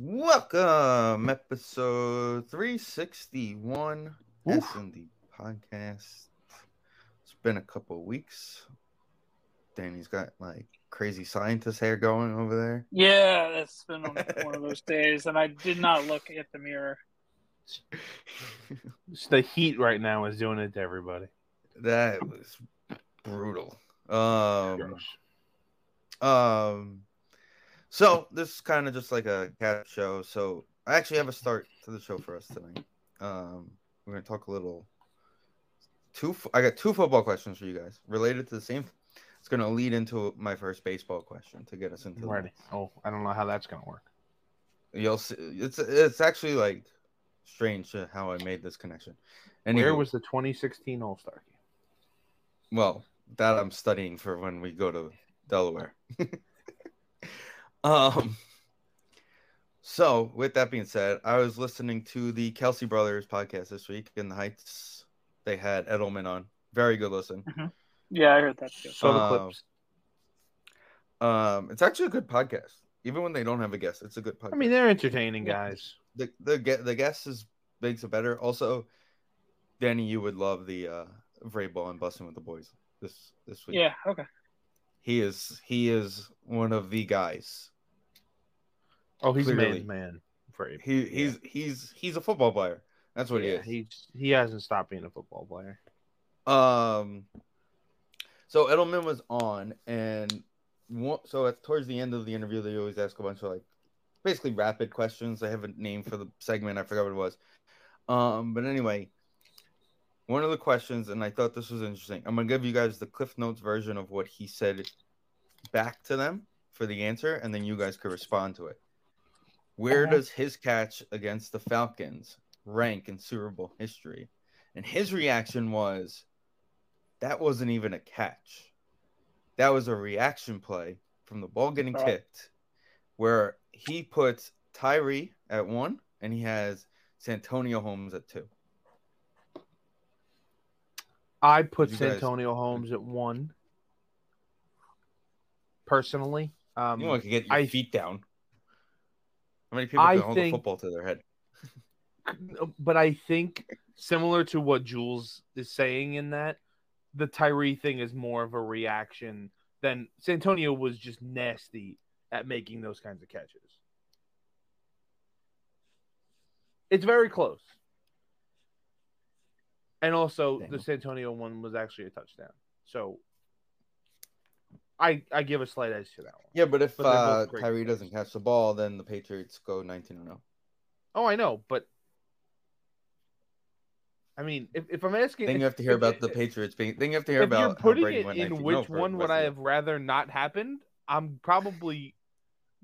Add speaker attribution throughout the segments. Speaker 1: Welcome, episode 361 S&D podcast. It's been a couple weeks. Danny's got like crazy scientist hair going over there.
Speaker 2: Yeah, that's been on- one of those days, and I did not look at the mirror.
Speaker 3: It's the heat right now is doing it to everybody.
Speaker 1: that was brutal. Um,
Speaker 3: Gross.
Speaker 1: um, so this is kind of just like a cat show. So I actually have a start to the show for us tonight. Um, we're gonna talk a little. Two, fo- I got two football questions for you guys related to the same. It's gonna lead into my first baseball question to get us into. the-
Speaker 3: Alrighty. Oh, I don't know how that's gonna work.
Speaker 1: You'll see. It's it's actually like strange to how I made this connection. And
Speaker 3: Where
Speaker 1: here
Speaker 3: was the 2016 All Star game?
Speaker 1: Well, that I'm studying for when we go to Delaware. um, so, with that being said, I was listening to the Kelsey Brothers podcast this week in the Heights. They had Edelman on. Very good listen.
Speaker 2: Yeah, I heard that too.
Speaker 3: So the
Speaker 1: Uh,
Speaker 3: Clips.
Speaker 1: Um, it's actually a good podcast. Even when they don't have a guest, it's a good podcast.
Speaker 3: I mean, they're entertaining guys.
Speaker 1: the the gue- the guest is makes it better. Also, Danny, you would love the uh, Vrabel and Busting with the Boys this this week.
Speaker 2: Yeah, okay.
Speaker 1: he is he is one of the guys
Speaker 3: Oh, he's
Speaker 1: Clearly.
Speaker 3: a man's man. For April.
Speaker 1: He he's he's he's a football player. That's what
Speaker 3: yeah,
Speaker 1: he is.
Speaker 3: he's he hasn't stopped being a football player.
Speaker 1: Um. So Edelman was on, and one, so at, towards the end of the interview, they always ask a bunch of like basically rapid questions. I have a name for the segment. I forgot what it was. Um. But anyway, one of the questions, and I thought this was interesting. I'm gonna give you guys the Cliff Notes version of what he said back to them for the answer, and then you guys could respond to it. Where
Speaker 2: Okay.
Speaker 1: does his catch against the Falcons rank in Super Bowl history? And his reaction was, that wasn't even a catch. That was a reaction play from the ball getting
Speaker 2: Right.
Speaker 1: kicked, where he puts Tyree at one and he has Santonio Holmes at two.
Speaker 3: I put
Speaker 1: You guys-
Speaker 3: Santonio Holmes at one. Personally, um,
Speaker 1: You want to get your
Speaker 3: I-
Speaker 1: feet down. How many people
Speaker 3: I
Speaker 1: can hold
Speaker 3: think-
Speaker 1: a football to their head?
Speaker 3: but I think similar to what Jules is saying in that the Tyree thing is more of a reaction than Santonio was just nasty at making those kinds of catches. It's very close. And also the Santonio one was actually a touchdown. So I I give a slight edge to that one.
Speaker 1: Yeah, but if
Speaker 3: But they're
Speaker 1: uh,
Speaker 3: both great
Speaker 1: Tyree
Speaker 3: players.
Speaker 1: doesn't catch the ball, then the Patriots go 19 0.
Speaker 3: Oh, I know, but I mean, if, if I'm asking,
Speaker 1: Then you have to hear about the Patriots being. Then you have to hear
Speaker 3: if
Speaker 1: about
Speaker 3: you're
Speaker 1: how
Speaker 3: putting
Speaker 1: Brady
Speaker 3: it
Speaker 1: went
Speaker 3: in
Speaker 1: 19-0
Speaker 3: which
Speaker 1: for the
Speaker 3: one would
Speaker 1: rest
Speaker 3: I
Speaker 1: of
Speaker 3: have rather not happened, I'm probably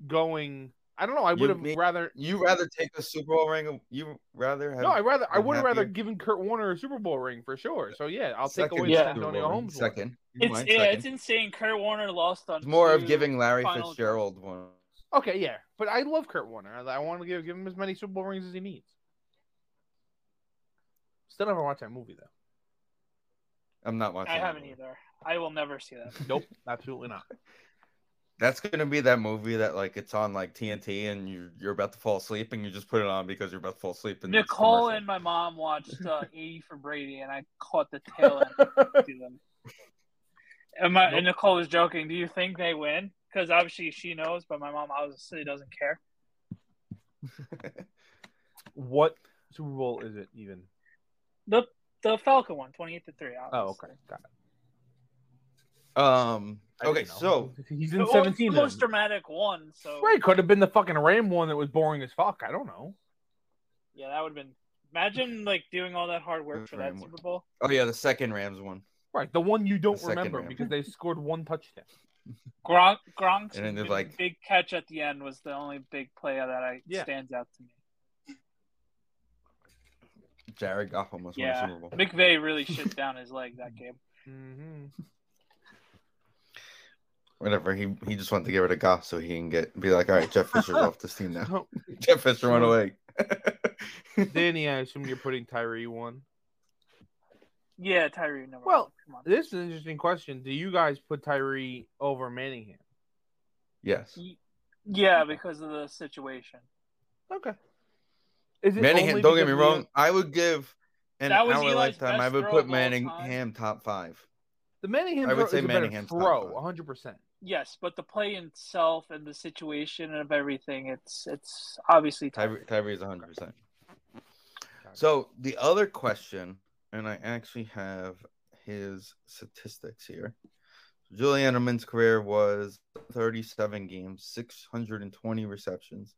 Speaker 3: going. I don't know. I
Speaker 1: You
Speaker 3: would have
Speaker 1: mean-
Speaker 3: rather.
Speaker 1: the- You rather take a Super Bowl ring? You rather have
Speaker 3: No, I rather I
Speaker 1: I'm
Speaker 3: would have rather
Speaker 1: happier.
Speaker 3: given Kurt Warner a Super Bowl ring for sure. So yeah, I'll
Speaker 1: second
Speaker 3: take away
Speaker 2: Yeah.
Speaker 3: the
Speaker 1: Super Bowl
Speaker 3: Antonio
Speaker 1: ring,
Speaker 3: Holmes. one.
Speaker 1: second. You
Speaker 2: It's
Speaker 1: mind
Speaker 2: yeah,
Speaker 1: second.
Speaker 2: it's insane. Kurt Warner lost on
Speaker 1: It's more of
Speaker 2: two-
Speaker 1: giving Larry
Speaker 2: final-
Speaker 1: Fitzgerald one.
Speaker 3: Okay, yeah, but I love Kurt Warner. I, I want to give give him as many Super Bowl rings as he needs. Still never watched that movie though.
Speaker 1: I'm not watching.
Speaker 2: I
Speaker 1: that
Speaker 2: haven't
Speaker 1: movie.
Speaker 2: either. I will never see that.
Speaker 3: Nope, absolutely not.
Speaker 1: That's gonna be that movie that like it's on like TNT and you you're about to fall asleep and you just put it on because you're about to fall asleep. And it's
Speaker 2: Nicole
Speaker 1: commercial.
Speaker 2: and my mom watched uh, 80 for Brady, and I caught the tail end to them. And, my, and Nicole was joking. Do you think they win? Because obviously she knows, but my mom obviously doesn't care.
Speaker 3: What Super Bowl is it even?
Speaker 2: The the Falcon one, 28 to three.
Speaker 3: Oh,
Speaker 2: obviously.
Speaker 3: okay, got it.
Speaker 1: um.
Speaker 3: I
Speaker 1: Okay,
Speaker 3: didn't know.
Speaker 1: so
Speaker 2: Well,
Speaker 3: he's in
Speaker 2: it's the
Speaker 3: seventeen. then.
Speaker 2: most dramatic one. So
Speaker 3: Right, could have been the fucking Ram one that was boring as fuck. I don't know.
Speaker 2: Yeah, that would have been. Imagine like doing all that hard work for that
Speaker 1: Framework.
Speaker 2: Super Bowl.
Speaker 1: oh yeah, the second Rams one.
Speaker 3: Right, the one you don't
Speaker 1: The second
Speaker 3: remember
Speaker 1: Ram.
Speaker 3: because they scored one touchdown.
Speaker 2: Gronk Gronk's
Speaker 1: And then there's,
Speaker 2: big,
Speaker 1: like-
Speaker 2: big catch at the end was the only big play that I
Speaker 3: Yeah.
Speaker 2: stands out to me.
Speaker 1: Jared Goff almost
Speaker 2: Yeah.
Speaker 1: won the Super Bowl.
Speaker 2: McVay really shit down his leg that game.
Speaker 3: hmm
Speaker 1: Whatever. He he just wanted to get rid of Goff so he can get be like, all right, Jeff Fisher's off this team now.
Speaker 3: So,
Speaker 1: Jeff Fisher went away.
Speaker 3: Danny, I assume you're putting Tyree one.
Speaker 2: Yeah, Tyree number
Speaker 3: Well,
Speaker 2: one. Come on.
Speaker 3: This is an interesting question. Do you guys put Tyree over Manningham?
Speaker 1: yes.
Speaker 2: Yeah, because of the situation.
Speaker 3: Okay. Is
Speaker 1: Manningham,
Speaker 3: only
Speaker 1: don't get me
Speaker 3: because
Speaker 1: wrong.
Speaker 3: The,
Speaker 1: I would give in
Speaker 2: That
Speaker 1: our
Speaker 2: was Eli's
Speaker 1: lifetime, I
Speaker 2: best
Speaker 1: would
Speaker 2: throw
Speaker 1: put
Speaker 2: of all time.
Speaker 1: Manningham top five.
Speaker 3: the Manningham
Speaker 1: I would
Speaker 3: throw
Speaker 1: say
Speaker 3: is a better
Speaker 1: Manningham's top
Speaker 3: throw,
Speaker 1: five.
Speaker 3: 100. percent
Speaker 2: Yes, but the play itself and the situation of everything, it's it's obviously Tyree.
Speaker 1: Tyree, Tyree is 100%. So the other question, and I actually have his statistics here. Julian Edelman's career was 37 games, 620 receptions,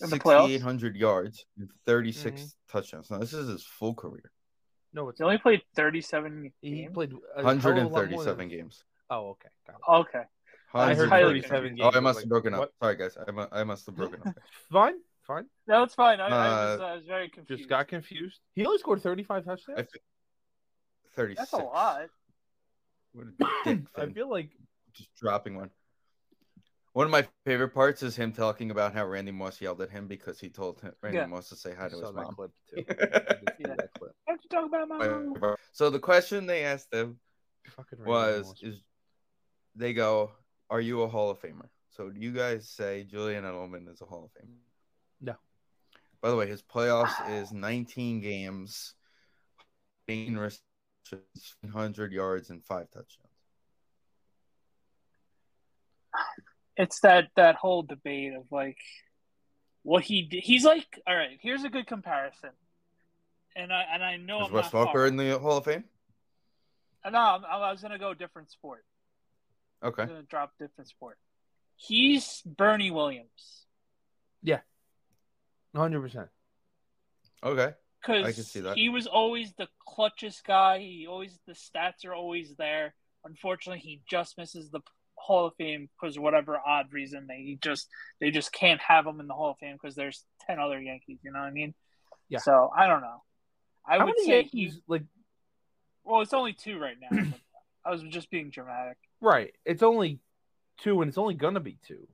Speaker 2: In the playoffs?
Speaker 1: 6,800 yards, and 36
Speaker 3: Mm-hmm.
Speaker 1: touchdowns. Now, this is his full career.
Speaker 3: no, it's
Speaker 2: He only played 37
Speaker 3: he
Speaker 2: games.
Speaker 3: played a hell of a lot more than-
Speaker 1: 137 games.
Speaker 3: Oh, okay. Got it.
Speaker 2: Okay.
Speaker 3: I heard
Speaker 1: 137
Speaker 3: 37
Speaker 1: Oh,
Speaker 3: games.
Speaker 1: I must
Speaker 3: Like,
Speaker 1: have broken up.
Speaker 3: what?
Speaker 1: Sorry, guys. I, mu- I must have broken up.
Speaker 3: Fine, fine.
Speaker 2: No, it's fine. I, I, was,
Speaker 1: Uh,
Speaker 2: I was very confused.
Speaker 3: Just got confused. He only scored 35 touchdowns.
Speaker 1: I, 36.
Speaker 2: That's a lot.
Speaker 1: What a dick
Speaker 3: I
Speaker 1: thing.
Speaker 3: feel like
Speaker 1: just dropping one. One of my favorite parts is him talking about how Randy Moss yelled at him because he told him, Randy
Speaker 2: Yeah.
Speaker 1: Moss to say hi
Speaker 3: I
Speaker 1: to
Speaker 3: saw
Speaker 1: his
Speaker 3: that
Speaker 1: mom.
Speaker 3: clip too. I did see
Speaker 2: Yeah.
Speaker 3: that clip.
Speaker 2: Why don't you talk about my mom?
Speaker 1: So the question they asked him
Speaker 3: Fucking Randy
Speaker 1: was,
Speaker 3: Moss.
Speaker 1: "Is they go, are you a Hall of Famer?" So do you guys say Julian Edelman is a Hall of Famer?
Speaker 3: No.
Speaker 1: By the way, his playoffs is 19 games, 18 receptions, 100 yards, and five touchdowns.
Speaker 2: It's that that whole debate of like what he did. He's like, all right, here's a good comparison. And I and I know
Speaker 1: Is
Speaker 2: I'm
Speaker 1: Wes
Speaker 2: not
Speaker 1: Welker
Speaker 2: far.
Speaker 1: in the Hall of Fame?
Speaker 2: No, I'm, I was gonna go different sport.
Speaker 1: Okay.
Speaker 2: I'm gonna drop different sport. He's Bernie Williams
Speaker 3: 100%.
Speaker 1: Okay. I can
Speaker 2: because
Speaker 1: see that.
Speaker 2: he was always the clutchest guy. He always the stats are always there. Unfortunately, he just misses the Hall of Fame because whatever odd reason they he just they just can't have him in the Hall of Fame because there's ten other Yankees. You know what I mean?
Speaker 3: Yeah.
Speaker 2: So I don't know. I
Speaker 3: How
Speaker 2: would
Speaker 3: many
Speaker 2: say
Speaker 3: Yankees,
Speaker 2: he's
Speaker 3: like
Speaker 2: well. It's only two right now. but I was just being dramatic.
Speaker 3: right. It's only two, and it's only gonna be two.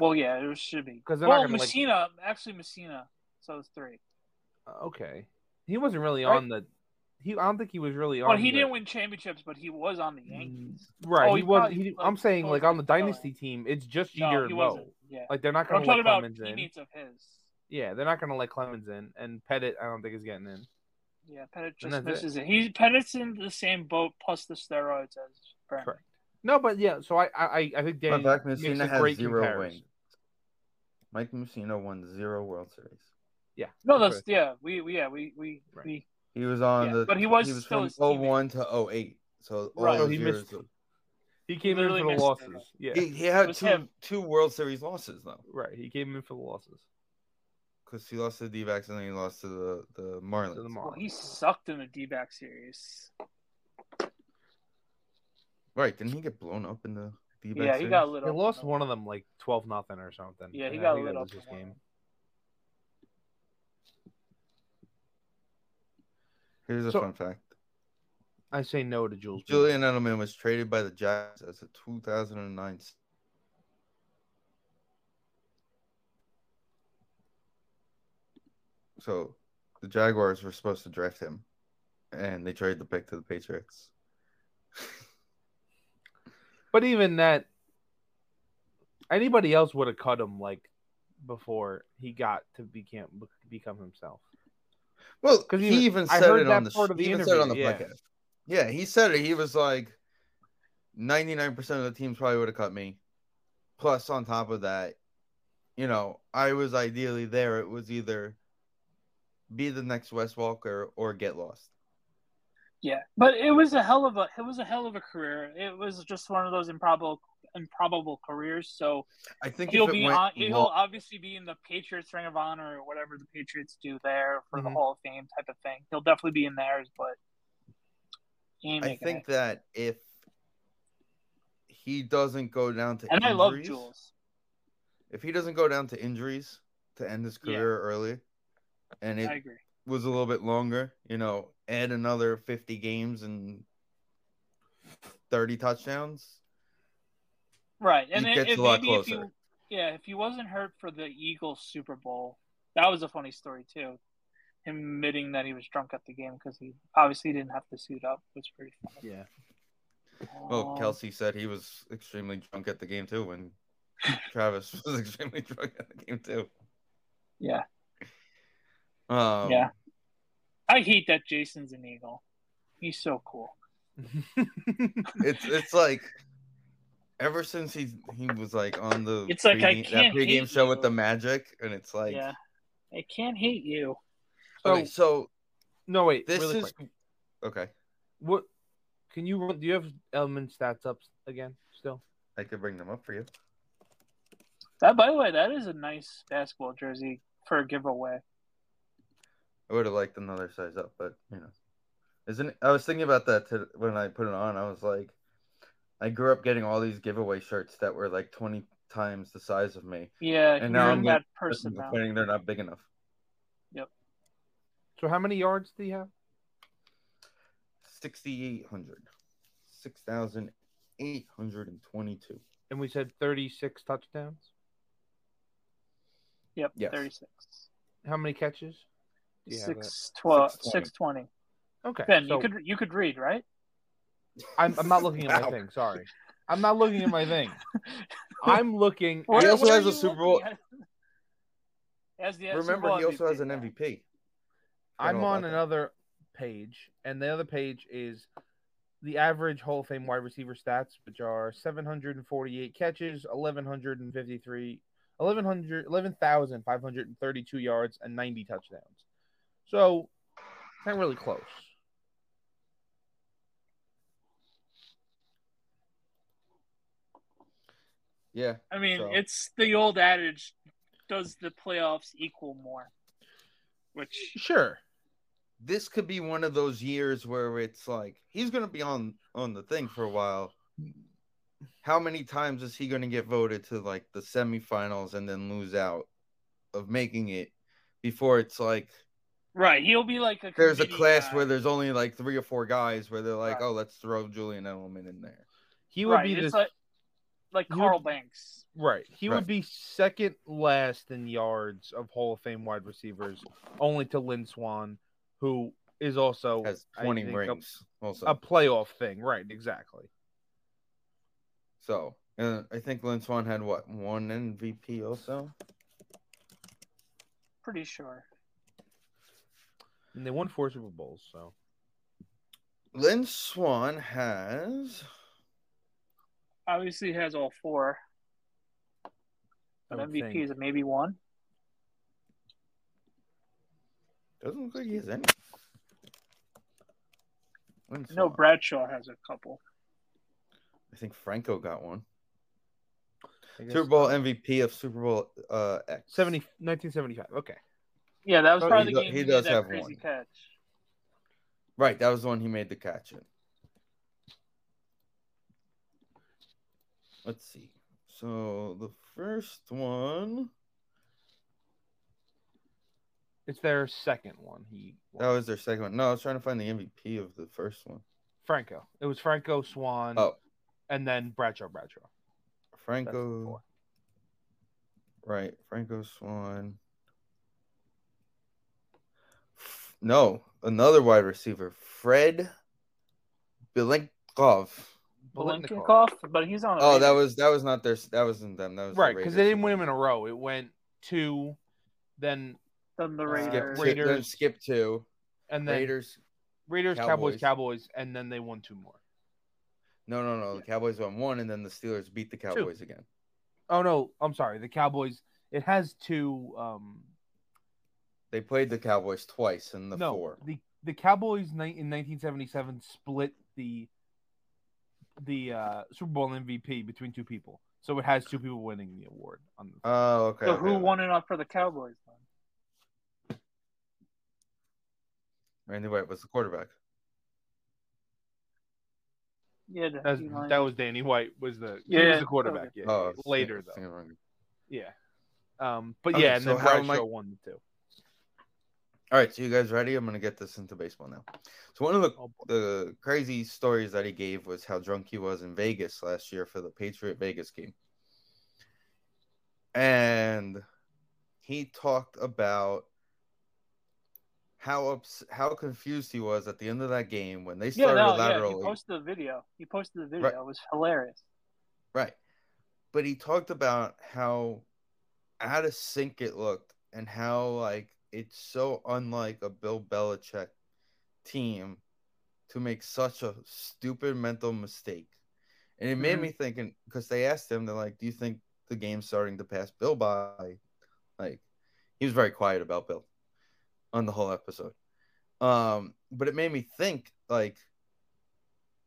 Speaker 2: Well, yeah, it should be
Speaker 3: 'Cause they're not
Speaker 2: well,
Speaker 3: gonna, like-
Speaker 2: Messina actually Messina. So it's three.
Speaker 3: Uh, Okay. He wasn't really
Speaker 2: Right.
Speaker 3: on the. He, I don't think he was really on.
Speaker 2: Well, he
Speaker 3: the,
Speaker 2: didn't win championships, but he was on the Yankees.
Speaker 3: Right.
Speaker 2: oh,
Speaker 3: he
Speaker 2: he
Speaker 3: was.
Speaker 2: probably-
Speaker 3: He,
Speaker 2: like,
Speaker 3: I'm saying
Speaker 2: oh,
Speaker 3: like on the
Speaker 2: no,
Speaker 3: dynasty team, it's just
Speaker 2: No,
Speaker 3: Mm, Jeter
Speaker 2: he
Speaker 3: and
Speaker 2: wasn't.
Speaker 3: Mo.
Speaker 2: Yeah.
Speaker 3: Like they're not
Speaker 2: I'm
Speaker 3: gonna let
Speaker 2: talking about
Speaker 3: Clemens in.
Speaker 2: teammates of his.
Speaker 3: Yeah, they're not gonna let Clemens in, and Pettit, I don't think is getting in.
Speaker 2: Yeah, Pettit
Speaker 3: And
Speaker 2: just
Speaker 3: that's it.
Speaker 2: misses it. He's Pettit's in the same boat plus the steroids as Brandon.
Speaker 3: Correct. No, but yeah. So I, I, I think Danny
Speaker 1: Mike
Speaker 3: makes
Speaker 1: Messina
Speaker 3: a
Speaker 1: has
Speaker 3: great
Speaker 1: zero
Speaker 3: comparison.
Speaker 1: wins. Mike Messina won zero World Series.
Speaker 2: No, that's yeah. We, we yeah we we,
Speaker 3: Right.
Speaker 2: we
Speaker 1: He was on
Speaker 2: Yeah,
Speaker 1: the
Speaker 2: but he was still
Speaker 1: from
Speaker 2: his teammate.
Speaker 1: 01 to 08. So all
Speaker 2: Right.
Speaker 1: those
Speaker 3: So he
Speaker 1: years,
Speaker 3: missed. He came in
Speaker 2: Literally
Speaker 3: for the
Speaker 2: missed it.
Speaker 3: losses. Yeah.
Speaker 1: he, he
Speaker 2: It
Speaker 1: had
Speaker 2: was
Speaker 1: two
Speaker 2: him.
Speaker 1: two World Series losses though,
Speaker 3: Right. He came in for the losses.
Speaker 1: because he lost to the D-backs and then he lost to the the Marlins.
Speaker 3: To the
Speaker 2: well, he
Speaker 3: Marlins.
Speaker 2: sucked in the D back series.
Speaker 1: Right? Didn't he get blown up in the D-backs?
Speaker 2: yeah, he
Speaker 1: series?
Speaker 2: got lit
Speaker 3: They
Speaker 2: up.
Speaker 3: lost one of them like twelve nothing or something.
Speaker 2: Yeah, he
Speaker 3: And I
Speaker 2: got
Speaker 3: think
Speaker 2: lit
Speaker 3: that
Speaker 2: up.
Speaker 3: was his
Speaker 2: in one of
Speaker 3: game.
Speaker 2: them.
Speaker 1: Here's a
Speaker 3: So-
Speaker 1: fun fact:
Speaker 3: I say no to Jules. Bianchi.
Speaker 1: Julian Edelman was traded by the Jacks as a 2009. So the Jaguars were supposed to draft him, and they traded the pick to the Patriots.
Speaker 3: But even that, anybody else would have cut him like before he got to become become himself.
Speaker 1: Well,
Speaker 3: 'Cause
Speaker 1: he,
Speaker 3: he was-
Speaker 1: even
Speaker 3: I
Speaker 1: said
Speaker 3: heard
Speaker 1: it
Speaker 3: that
Speaker 1: on the,
Speaker 3: part of
Speaker 1: he
Speaker 3: the
Speaker 1: even said it on the
Speaker 3: interview, yeah.
Speaker 1: podcast. Yeah, he said it. He was like, 99% of the teams probably would have cut me. Plus, on top of that, you know, I was ideally there. It was either be the next West Walker or get lost.
Speaker 2: Yeah, but it was a hell of a it was a hell of a career. It was just one of those improbable improbable careers. So
Speaker 1: I think
Speaker 2: he'll
Speaker 1: if it
Speaker 2: be
Speaker 1: went
Speaker 2: on, he'll
Speaker 1: long-
Speaker 2: obviously be in the Patriots Ring of Honor or whatever the Patriots do there for the
Speaker 3: Mhm.
Speaker 2: Hall of Fame type of thing. He'll definitely be in theirs, but he ain't
Speaker 1: I
Speaker 2: making
Speaker 1: think that if he doesn't go down to
Speaker 2: And I
Speaker 1: injuries,
Speaker 2: love Jules.
Speaker 1: if he doesn't go down to injuries to end his
Speaker 2: Yeah.
Speaker 1: career early, and it
Speaker 2: I agree.
Speaker 1: was a little bit longer, you know, add another 50 games and 30 touchdowns.
Speaker 2: Right. And
Speaker 1: It
Speaker 2: it,
Speaker 1: gets
Speaker 2: if-
Speaker 1: a lot
Speaker 2: maybe if
Speaker 1: closer.
Speaker 2: you yeah, if he wasn't hurt for the Eagles Super Bowl, that was a funny story too. Him admitting that he was drunk at the game because he obviously didn't have to suit up was pretty funny.
Speaker 3: Yeah.
Speaker 1: Well,
Speaker 2: Um,
Speaker 1: Kelsey said he was extremely drunk at the game too when Travis was extremely drunk at the game too.
Speaker 2: Yeah.
Speaker 1: Um,
Speaker 2: Yeah. I hate that Jason's an Eagle. He's so cool.
Speaker 1: It's it's like ever since he he was like on the
Speaker 2: It's like, I
Speaker 1: pregame- that
Speaker 2: can't
Speaker 1: pregame
Speaker 2: hate
Speaker 1: show with
Speaker 2: you.
Speaker 1: the Magic, and it's like
Speaker 2: yeah. I can't hate you. Oh,
Speaker 1: okay,
Speaker 3: So-
Speaker 1: so
Speaker 3: no, wait.
Speaker 1: this
Speaker 3: really
Speaker 1: is
Speaker 3: quick.
Speaker 1: okay.
Speaker 3: what? Can you run? Do you have element stats up again? Still,
Speaker 1: I could bring them up for you.
Speaker 2: That by the way, that is a nice basketball jersey for a giveaway.
Speaker 1: I would have liked another size up, but you know, isn't I was thinking about that to, when I put it on. I was like, I grew up getting all these giveaway shirts that were like twenty times the size of me,
Speaker 2: Yeah,
Speaker 1: And now
Speaker 2: you're
Speaker 1: I'm
Speaker 2: in
Speaker 1: gonna-
Speaker 2: that person now.
Speaker 1: complaining they're not big enough.
Speaker 3: so how many yards do you have?
Speaker 1: Sixty eight hundred, six thousand eight hundred and twenty two.
Speaker 3: And we said thirty-six touchdowns.
Speaker 2: Yep,
Speaker 1: Yes.
Speaker 2: thirty six.
Speaker 3: How many catches? Do you have
Speaker 2: Six twelve
Speaker 1: Six twenty.
Speaker 2: six twenty.
Speaker 3: Okay,
Speaker 2: Ben,
Speaker 3: so
Speaker 2: you could you could read, right?
Speaker 3: I'm, I'm not looking at my
Speaker 1: Wow.
Speaker 3: thing. Sorry, I'm not looking at my thing. I'm looking.
Speaker 1: He
Speaker 3: at-
Speaker 1: also
Speaker 2: what
Speaker 1: has
Speaker 2: are
Speaker 1: a
Speaker 2: you
Speaker 1: Super Bowl-
Speaker 2: looking at? As the Super
Speaker 1: Remember,
Speaker 2: Bowl
Speaker 1: he also has
Speaker 2: MVP,
Speaker 1: an
Speaker 2: yeah.
Speaker 1: MVP.
Speaker 3: I'm
Speaker 1: Forgot
Speaker 3: on
Speaker 1: about that.
Speaker 3: another page, and the other page is the average Hall of Fame wide receiver stats, which are 748 catches, 1153, 1100, 11,532 yards, and 90 touchdowns. So, it's not really close.
Speaker 1: Yeah,
Speaker 2: I mean,
Speaker 1: So-
Speaker 2: it's the old adage: does the playoffs equal more? Which
Speaker 3: Sure.
Speaker 1: this could be one of those years where it's like he's going to be on on the thing for a while. How many times is he going to get voted to like the semifinals and then lose out of making it before it's like
Speaker 2: right, he'll be like a
Speaker 1: there's a
Speaker 2: committee
Speaker 1: class
Speaker 2: guy.
Speaker 1: where there's only like three or four guys where they're like,
Speaker 3: Right.
Speaker 1: oh, let's throw Julian Edelman in there.
Speaker 3: He would
Speaker 2: right,
Speaker 3: be
Speaker 2: it's
Speaker 3: this
Speaker 2: like, like
Speaker 3: he would-
Speaker 2: Carl Banks.
Speaker 3: right. He
Speaker 1: Right.
Speaker 3: would be second last in yards of Hall of Fame wide receivers, only to Lynn Swan, who is also
Speaker 1: Has
Speaker 3: Oh, I
Speaker 1: 20
Speaker 3: think, a-
Speaker 1: rings also.
Speaker 3: a playoff thing, right? Exactly.
Speaker 1: So uh, I think Lynn Swan had what one MVP also.
Speaker 2: Pretty sure.
Speaker 3: And they won four Super Bowls, so
Speaker 1: Lynn Swan has
Speaker 2: Obviously, he has all four.
Speaker 3: I
Speaker 2: But
Speaker 3: would
Speaker 2: MVP
Speaker 3: think.
Speaker 2: is maybe one.
Speaker 1: doesn't look like he has any. Lynn
Speaker 2: No,
Speaker 1: Swann.
Speaker 2: Bradshaw has a couple.
Speaker 1: I think Franco got one.
Speaker 3: I guess-
Speaker 1: Super Bowl MVP of Super Bowl uh, X.
Speaker 3: 70, 1975. Okay.
Speaker 2: Yeah, that was
Speaker 3: So
Speaker 2: probably
Speaker 1: Oh, he do-
Speaker 2: the game
Speaker 1: he
Speaker 2: he,
Speaker 1: does
Speaker 2: made
Speaker 1: have
Speaker 2: that crazy
Speaker 1: one.
Speaker 2: catch.
Speaker 1: Right, that was the one he made the catch in. Let's see. So the first one
Speaker 3: It's their second one. He won.
Speaker 1: that was their second one. No, I was trying to find the MVP of the first one.
Speaker 3: Franco. It was Franco Swan.
Speaker 1: Oh.
Speaker 3: And then Bradshaw Bradshaw. That's the
Speaker 1: Franco.
Speaker 3: four.
Speaker 1: Right, Franco Swan. F- No, another wide receiver, Fred
Speaker 3: Oh,
Speaker 1: Bilenkov.
Speaker 3: Biletnikoff.
Speaker 2: Blinkenkoff, but he's on. a
Speaker 1: Oh, that
Speaker 2: Raiders.
Speaker 1: was that was not their that wasn't them. That was the
Speaker 3: Right, because they
Speaker 1: Raiders.
Speaker 3: didn't win them in a row. It went two, then
Speaker 2: Then the
Speaker 3: uh,
Speaker 1: Skip,
Speaker 2: Raiders.
Speaker 1: two-
Speaker 3: Raiders.
Speaker 1: then skip two.
Speaker 3: and then Raiders,
Speaker 1: Raiders.
Speaker 3: Cowboys.
Speaker 1: Cowboys.
Speaker 3: Cowboys, and then they won two more.
Speaker 1: No, no, no. The Cowboys won one, and then the Steelers beat the Cowboys again.
Speaker 3: Oh no, I'm sorry. The Cowboys. It has two. Um,
Speaker 1: They played the Cowboys twice in the
Speaker 3: no,
Speaker 1: four.
Speaker 3: the the Cowboys ni- in 1977 split the the uh, Super Bowl MVP between two people, so it has two people winning the award. On the,
Speaker 1: Oh, okay.
Speaker 2: So
Speaker 1: okay,
Speaker 2: who
Speaker 1: okay.
Speaker 2: won it up for the Cowboys? Then?
Speaker 1: Randy White was the quarterback.
Speaker 2: Yeah, the-
Speaker 3: That's,
Speaker 2: you know,
Speaker 3: that was Danny White was the he
Speaker 2: Yeah,
Speaker 3: was the quarterback. Yeah,
Speaker 1: Oh,
Speaker 3: later
Speaker 1: sing-
Speaker 3: though.
Speaker 1: sing it wrong.
Speaker 3: Yeah. Um, but
Speaker 1: Okay,
Speaker 3: yeah, and
Speaker 1: so
Speaker 3: then
Speaker 1: how am I-
Speaker 3: Bradshaw won the two.
Speaker 1: All right, so you guys ready? I'm gonna get this into baseball now. So one of the
Speaker 3: Oh, boy.
Speaker 1: the crazy stories that he gave was how drunk he was in Vegas last year for the Patriot Vegas game. And he talked about how ups- how confused he was at the end of that game when they started
Speaker 2: yeah, no, yeah. He
Speaker 1: laterally.
Speaker 2: posted the video. He posted the video.
Speaker 1: Right.
Speaker 2: It was hilarious.
Speaker 1: Right. But he talked about how out of sync it looked and how like it's so unlike a Bill Belichick team to make such a stupid mental mistake. And it made
Speaker 3: Mm-hmm.
Speaker 2: Mhm.
Speaker 1: me thinking because they asked him, they're like, Do you think the game's starting to pass Bill by? Like he was very quiet about Bill on the whole episode. Um, but it made me think like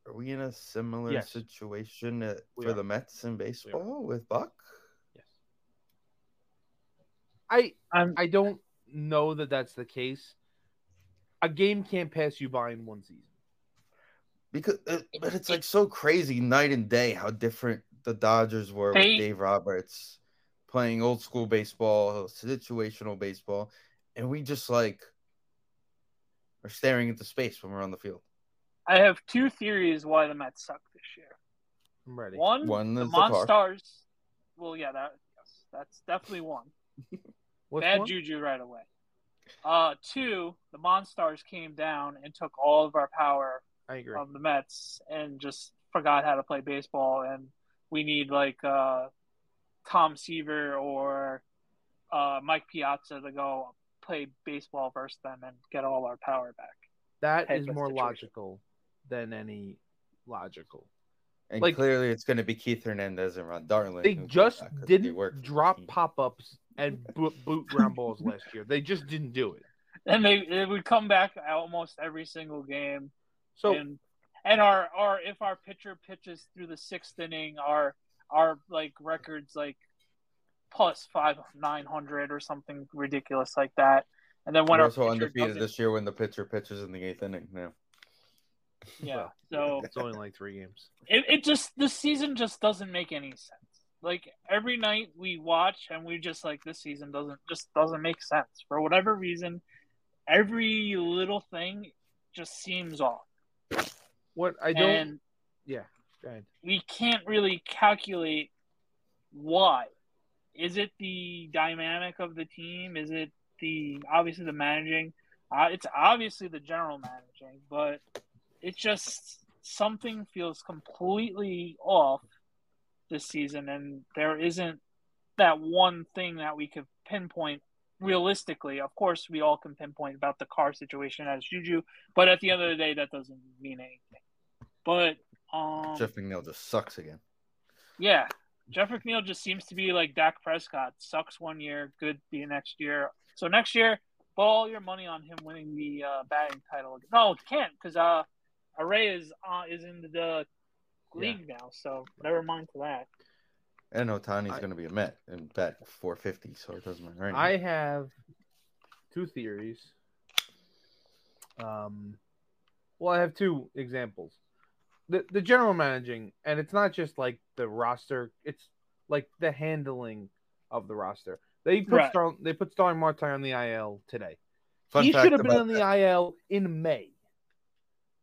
Speaker 1: are we in a similar
Speaker 3: Yes.
Speaker 1: situation at,
Speaker 3: We
Speaker 1: for
Speaker 3: are.
Speaker 1: the Mets in baseball with Buck?
Speaker 3: Yes. I
Speaker 2: I'm,
Speaker 3: I don't know that that's the case. A game can't pass you by in one season.
Speaker 1: Because uh, but it's like so crazy night and day how different the Dodgers were
Speaker 2: They-
Speaker 1: with Dave Roberts playing old school baseball, uh, situational baseball, and we just like are staring into space when we're on the field.
Speaker 2: I have two theories why the Mets suck this year.
Speaker 3: I'm ready.
Speaker 2: One,
Speaker 1: One
Speaker 2: the
Speaker 1: is the car.
Speaker 2: Monstars. Well, yeah, that yes, that's definitely one.
Speaker 3: What's
Speaker 2: Bad
Speaker 3: one?
Speaker 2: juju right away. Uh, two, the Monstars came down and took all of our power
Speaker 3: I agree.
Speaker 2: from the Mets and just forgot how to play baseball. And we need like uh, Tom Seaver or uh, Mike Piazza to go play baseball versus them and get all our power back.
Speaker 3: that
Speaker 2: type
Speaker 3: is
Speaker 2: of
Speaker 3: more
Speaker 2: situation.
Speaker 3: logical than any logical.
Speaker 1: And
Speaker 3: Like-
Speaker 1: clearly it's gonna be Keith Hernandez and Ron Darling.
Speaker 3: They
Speaker 1: who go
Speaker 3: just
Speaker 1: back 'cause they
Speaker 3: didn't
Speaker 1: work for the
Speaker 3: drop
Speaker 1: team.
Speaker 3: pop ups and boot, boot ground balls last year. They just didn't do it.
Speaker 2: And they, they would come back almost every single game.
Speaker 3: So
Speaker 2: and and our our if our pitcher pitches through the sixth inning, our our like records like plus five nine hundred or something ridiculous like that. And then when
Speaker 1: we're
Speaker 2: our
Speaker 1: also
Speaker 2: pitcher
Speaker 1: undefeated
Speaker 2: doesn't-
Speaker 1: this year when the pitcher pitches in the eighth inning now.
Speaker 2: yeah. So
Speaker 3: Well, it's only like three games.
Speaker 2: it, it just this season just doesn't make any sense. Like every night we watch and we just like this season doesn't just doesn't make sense for whatever reason. Every little thing just seems off,
Speaker 3: What I don't.
Speaker 2: and
Speaker 3: yeah. Go ahead.
Speaker 2: we can't really calculate why. Is it the dynamic of the team? Is it the obviously the managing? Uh, it's obviously the general managing, but it's just something feels completely off this season, and there isn't that one thing that we could pinpoint realistically. Of course, we all can pinpoint about the car situation as Juju, but at the end of the day, that doesn't mean anything. But um,
Speaker 1: Jeff McNeil just sucks again.
Speaker 2: yeah. Jeff McNeil just seems to be like Dak Prescott. Sucks one year, good the next year. So next year, put all your money on him winning the uh, batting title. No, can't because uh, Array is uh, is in the league now. So never mind for that.
Speaker 1: And Otani's
Speaker 3: I-
Speaker 1: going to be a Met and bat 450, so it doesn't matter.
Speaker 3: I
Speaker 1: Anyway.
Speaker 3: have two theories. Um, well, I have two examples. The the general managing, and it's not just like the roster; it's like the handling of the roster. They put
Speaker 2: Right.
Speaker 3: Star, they put Starling Marte on the IL today.
Speaker 1: Fun
Speaker 3: he
Speaker 1: fact
Speaker 3: should have been
Speaker 1: about
Speaker 3: on the
Speaker 1: that-
Speaker 3: IL in May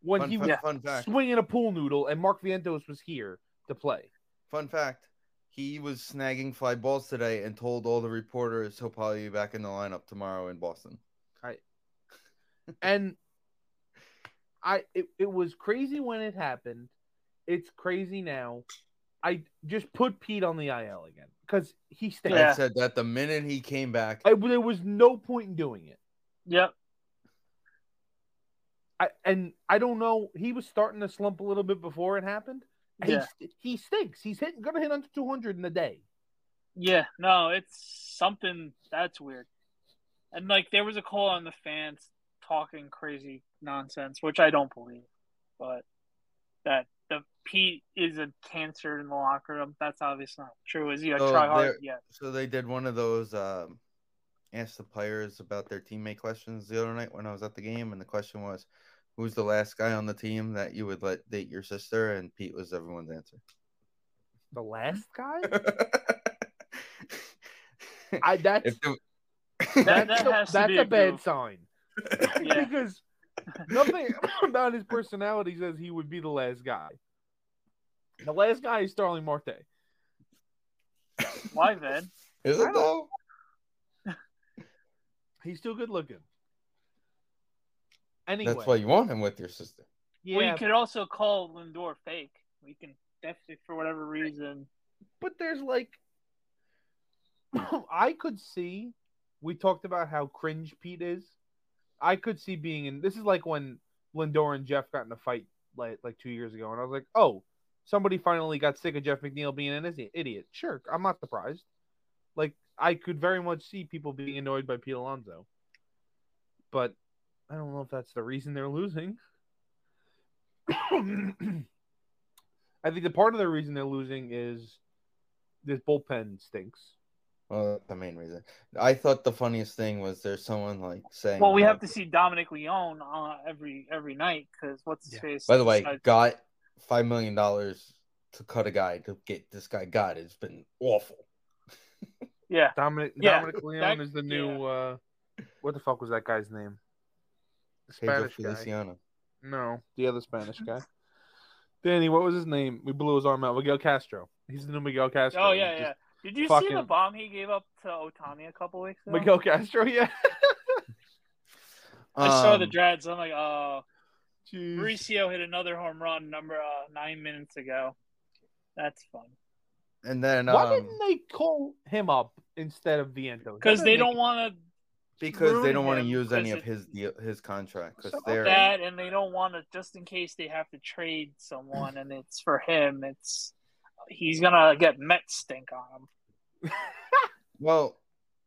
Speaker 3: when
Speaker 1: fun
Speaker 3: he
Speaker 1: fa-
Speaker 3: was
Speaker 1: fun fact.
Speaker 3: swinging a pool noodle, and Mark Vientos was here to play.
Speaker 1: Fun fact. He was snagging fly balls today and told all the reporters he'll probably be back in the lineup tomorrow in Boston.
Speaker 3: and I it, it was crazy when it happened. It's crazy now. I just put Pete on the IL again because he stayed.
Speaker 2: Yeah.
Speaker 1: I said that the minute he came back.
Speaker 3: I, there was no point in doing it.
Speaker 2: Yep.
Speaker 3: I and I don't know. He was starting to slump a little bit before it happened. He
Speaker 2: Yeah.
Speaker 3: st- He, stinks. He's hitting gonna hit under two hundred in a day.
Speaker 2: Yeah. No, it's something that's weird. And like there was a call on the fans talking crazy nonsense, which I don't believe, but that the Pete is a cancer in the locker room. That's obviously not true. Is he a
Speaker 1: So
Speaker 2: try hard?
Speaker 1: Oh, there-
Speaker 2: Yeah.
Speaker 1: So they did one of those um, ask the players about their teammate questions the other night when I was at the game, and the question was, Who's the last guy on the team that you would let date your sister? And Pete was everyone's answer.
Speaker 3: The last guy? I that's
Speaker 1: If it-
Speaker 2: That-
Speaker 3: that's,
Speaker 2: that has to
Speaker 3: a, that's
Speaker 2: be
Speaker 3: a
Speaker 2: a
Speaker 3: bad
Speaker 2: goof.
Speaker 3: sign.
Speaker 2: Yeah.
Speaker 3: because nothing about his personality says he would be the last guy. The last guy is Starling Marte.
Speaker 2: Why then?
Speaker 1: Is it though?
Speaker 3: He's still good looking. Anyway,
Speaker 1: That's why you want him with your sister.
Speaker 3: yeah,
Speaker 2: We could also call Lindor fake. We can definitely, for whatever reason,
Speaker 3: but there's like, I could see. We talked about how cringe Pete is. I could see being in. This is like when Lindor and Jeff got in a fight like like two years ago, and I was like, oh, somebody finally got sick of Jeff McNeil being an idi- idiot. Sure, I'm not surprised. Like I could very much see people being annoyed by Pete Alonso, but I don't know if that's the reason they're losing. I think the part of the reason they're losing is this bullpen stinks.
Speaker 1: Well, that's the main reason. I thought the funniest thing was there's someone like saying.
Speaker 2: Well, we
Speaker 1: how-
Speaker 2: have to see Dominic Leone uh, every every night because what's his
Speaker 3: Yeah.
Speaker 2: face?
Speaker 1: By the way,
Speaker 2: decides-
Speaker 1: got five million dollars to cut a guy to get this guy got it's been awful.
Speaker 2: yeah,
Speaker 3: Dominic
Speaker 2: Yeah,
Speaker 3: Dominic Leon
Speaker 2: that-
Speaker 3: is the new uh what the fuck was that guy's name? The
Speaker 1: Pedro
Speaker 3: Spanish guy.
Speaker 1: Feliciano.
Speaker 3: No, the other Spanish guy. Danny, what was his name? We blew his arm out. Miguel Castro. He's the new Miguel Castro.
Speaker 2: oh
Speaker 3: He
Speaker 2: yeah,
Speaker 3: just-
Speaker 2: yeah. Did you see the
Speaker 3: fucking-
Speaker 2: bomb he gave up to Otani a couple weeks ago?
Speaker 3: Miguel Castro, yeah.
Speaker 2: I saw the
Speaker 1: Um,
Speaker 2: dreads. I'm like, oh,
Speaker 3: Jeez.
Speaker 2: Mauricio hit another home run number uh, nine minutes ago. That's fun
Speaker 1: and then
Speaker 3: Why
Speaker 1: um,
Speaker 3: didn't they call him up instead of Viento?
Speaker 2: because they don't want
Speaker 1: because they
Speaker 2: ruin
Speaker 1: don't want to
Speaker 2: him
Speaker 1: use any of
Speaker 2: because it-
Speaker 1: his deal, his contract because
Speaker 3: So
Speaker 1: they're
Speaker 2: that, and they don't want to just in case they have to trade someone, and it's for him. It's he's gonna get Met stink on him.
Speaker 1: well,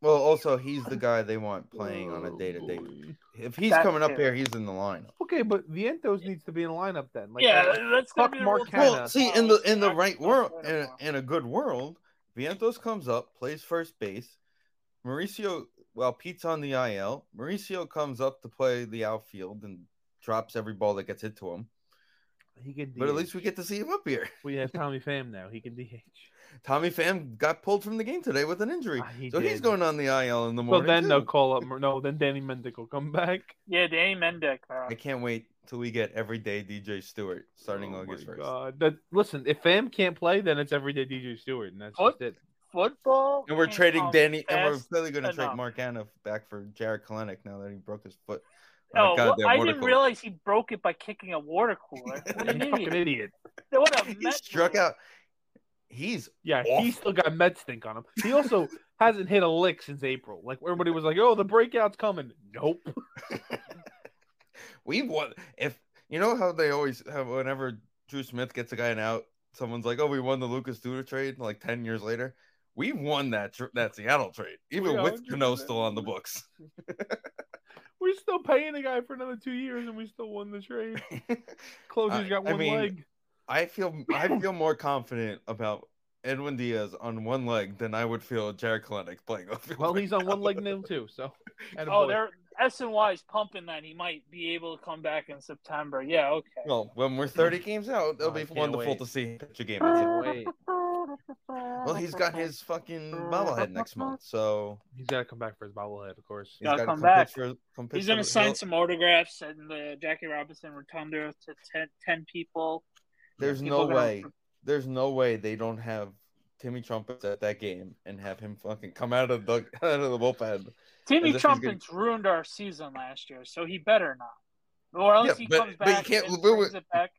Speaker 1: well. Also, he's the guy they want playing on a day to day. If he's
Speaker 2: That
Speaker 1: coming up
Speaker 2: too.
Speaker 1: here, he's in the lineup.
Speaker 3: Okay, but Vientos needs to be in the lineup then. Like,
Speaker 2: yeah,
Speaker 3: I-
Speaker 2: that's gonna
Speaker 3: fuck
Speaker 2: be the
Speaker 3: Mark
Speaker 2: rule.
Speaker 3: Canna.
Speaker 1: Well, see, in the in the right world, in, in a good world, Vientos comes up, plays first base. Mauricio, well, Pete's on the IL. Mauricio comes up to play the outfield and drops every ball that gets hit to him.
Speaker 3: he can.
Speaker 1: But at
Speaker 3: DH.
Speaker 1: least we get to see him up here.
Speaker 3: we have Tommy Pham now. He can DH.
Speaker 1: Tommy Pham got pulled from the game today with an injury,
Speaker 3: Ah, he
Speaker 1: so he's
Speaker 3: did.
Speaker 1: going on the IL in the
Speaker 3: So
Speaker 1: morning.
Speaker 3: then
Speaker 1: too.
Speaker 3: they'll call up. No, then Danny Mendick will come back.
Speaker 2: Yeah, Danny Mendick. man.
Speaker 1: I can't wait till we get everyday DJ Stewart starting
Speaker 3: Oh
Speaker 1: August
Speaker 3: my
Speaker 1: first.
Speaker 3: God. That, listen, if Pham can't play, then it's everyday DJ Stewart, and that's
Speaker 2: What?
Speaker 3: just it.
Speaker 2: football.
Speaker 1: And we're
Speaker 2: can't
Speaker 1: trading
Speaker 2: come
Speaker 1: Danny, and we're
Speaker 2: fast
Speaker 1: clearly going to trade
Speaker 2: enough.
Speaker 1: Mark Anna back for Jared Kalenic now that he broke his foot.
Speaker 2: No,
Speaker 1: Oh, God,
Speaker 2: what-
Speaker 1: that
Speaker 2: I
Speaker 1: water
Speaker 2: didn't
Speaker 1: cooler.
Speaker 2: realize he broke it by kicking a water cooler. What an
Speaker 3: You're a fucking
Speaker 2: idiot!
Speaker 3: idiot.
Speaker 2: What a
Speaker 1: He
Speaker 2: Met
Speaker 1: struck
Speaker 2: move.
Speaker 1: out. He's
Speaker 3: Yeah,
Speaker 1: Awful.
Speaker 3: he's still got med stink on him. He also hasn't hit a lick since April. Like everybody was like, "Oh, the breakout's coming." Nope.
Speaker 1: we won. If you know how they always have, whenever Drew Smith gets a guy out, someone's like, "Oh, we won the Lucas Duda trade." Like ten years later, we won that tr- that Seattle trade, even
Speaker 3: Yeah,
Speaker 1: with
Speaker 3: 100%.
Speaker 1: Cano still on the books.
Speaker 3: We're still paying the guy for another two years, and we still won the trade. Closer's
Speaker 1: I-
Speaker 3: got
Speaker 1: I
Speaker 3: one
Speaker 1: mean,
Speaker 3: leg.
Speaker 1: I feel I feel more confident about Edwin Diaz on one leg than I would feel Jared Kalenic playing off. your
Speaker 3: Well,
Speaker 1: leg.
Speaker 3: he's on one leg now too. So,
Speaker 2: Oh,
Speaker 3: attaboy.
Speaker 2: they're S and Y is pumping that he might be able to come back in September. Yeah, okay.
Speaker 1: Well, when we're 30 games out, it'll
Speaker 3: Oh, I
Speaker 1: be
Speaker 3: can't
Speaker 1: wonderful
Speaker 3: wait.
Speaker 1: to see him pitch a game.
Speaker 3: Can't wait.
Speaker 1: Well, he's got his fucking bobblehead next month, so
Speaker 3: He's got to come back for his bobblehead, of course.
Speaker 1: he's gotta
Speaker 2: Gotta come back.
Speaker 1: pitch for- come pitch
Speaker 2: He's gonna
Speaker 1: for-
Speaker 2: sign
Speaker 1: he'll-
Speaker 2: some autographs and the Jackie Robinson Rotunda to 10, 10 people.
Speaker 1: There's
Speaker 2: People
Speaker 1: no
Speaker 2: gonna-
Speaker 1: way. There's no way they don't have Timmy Trumpets at that game and have him fucking come out of the out of the bullpen.
Speaker 2: Timmy
Speaker 1: As if he's gonna-
Speaker 2: Trumpets ruined our season last year, so he better not. Or else
Speaker 1: Yeah,
Speaker 2: he
Speaker 1: but-
Speaker 2: comes
Speaker 1: but you
Speaker 2: back
Speaker 1: can't
Speaker 2: and
Speaker 1: ruin-
Speaker 2: brings it back.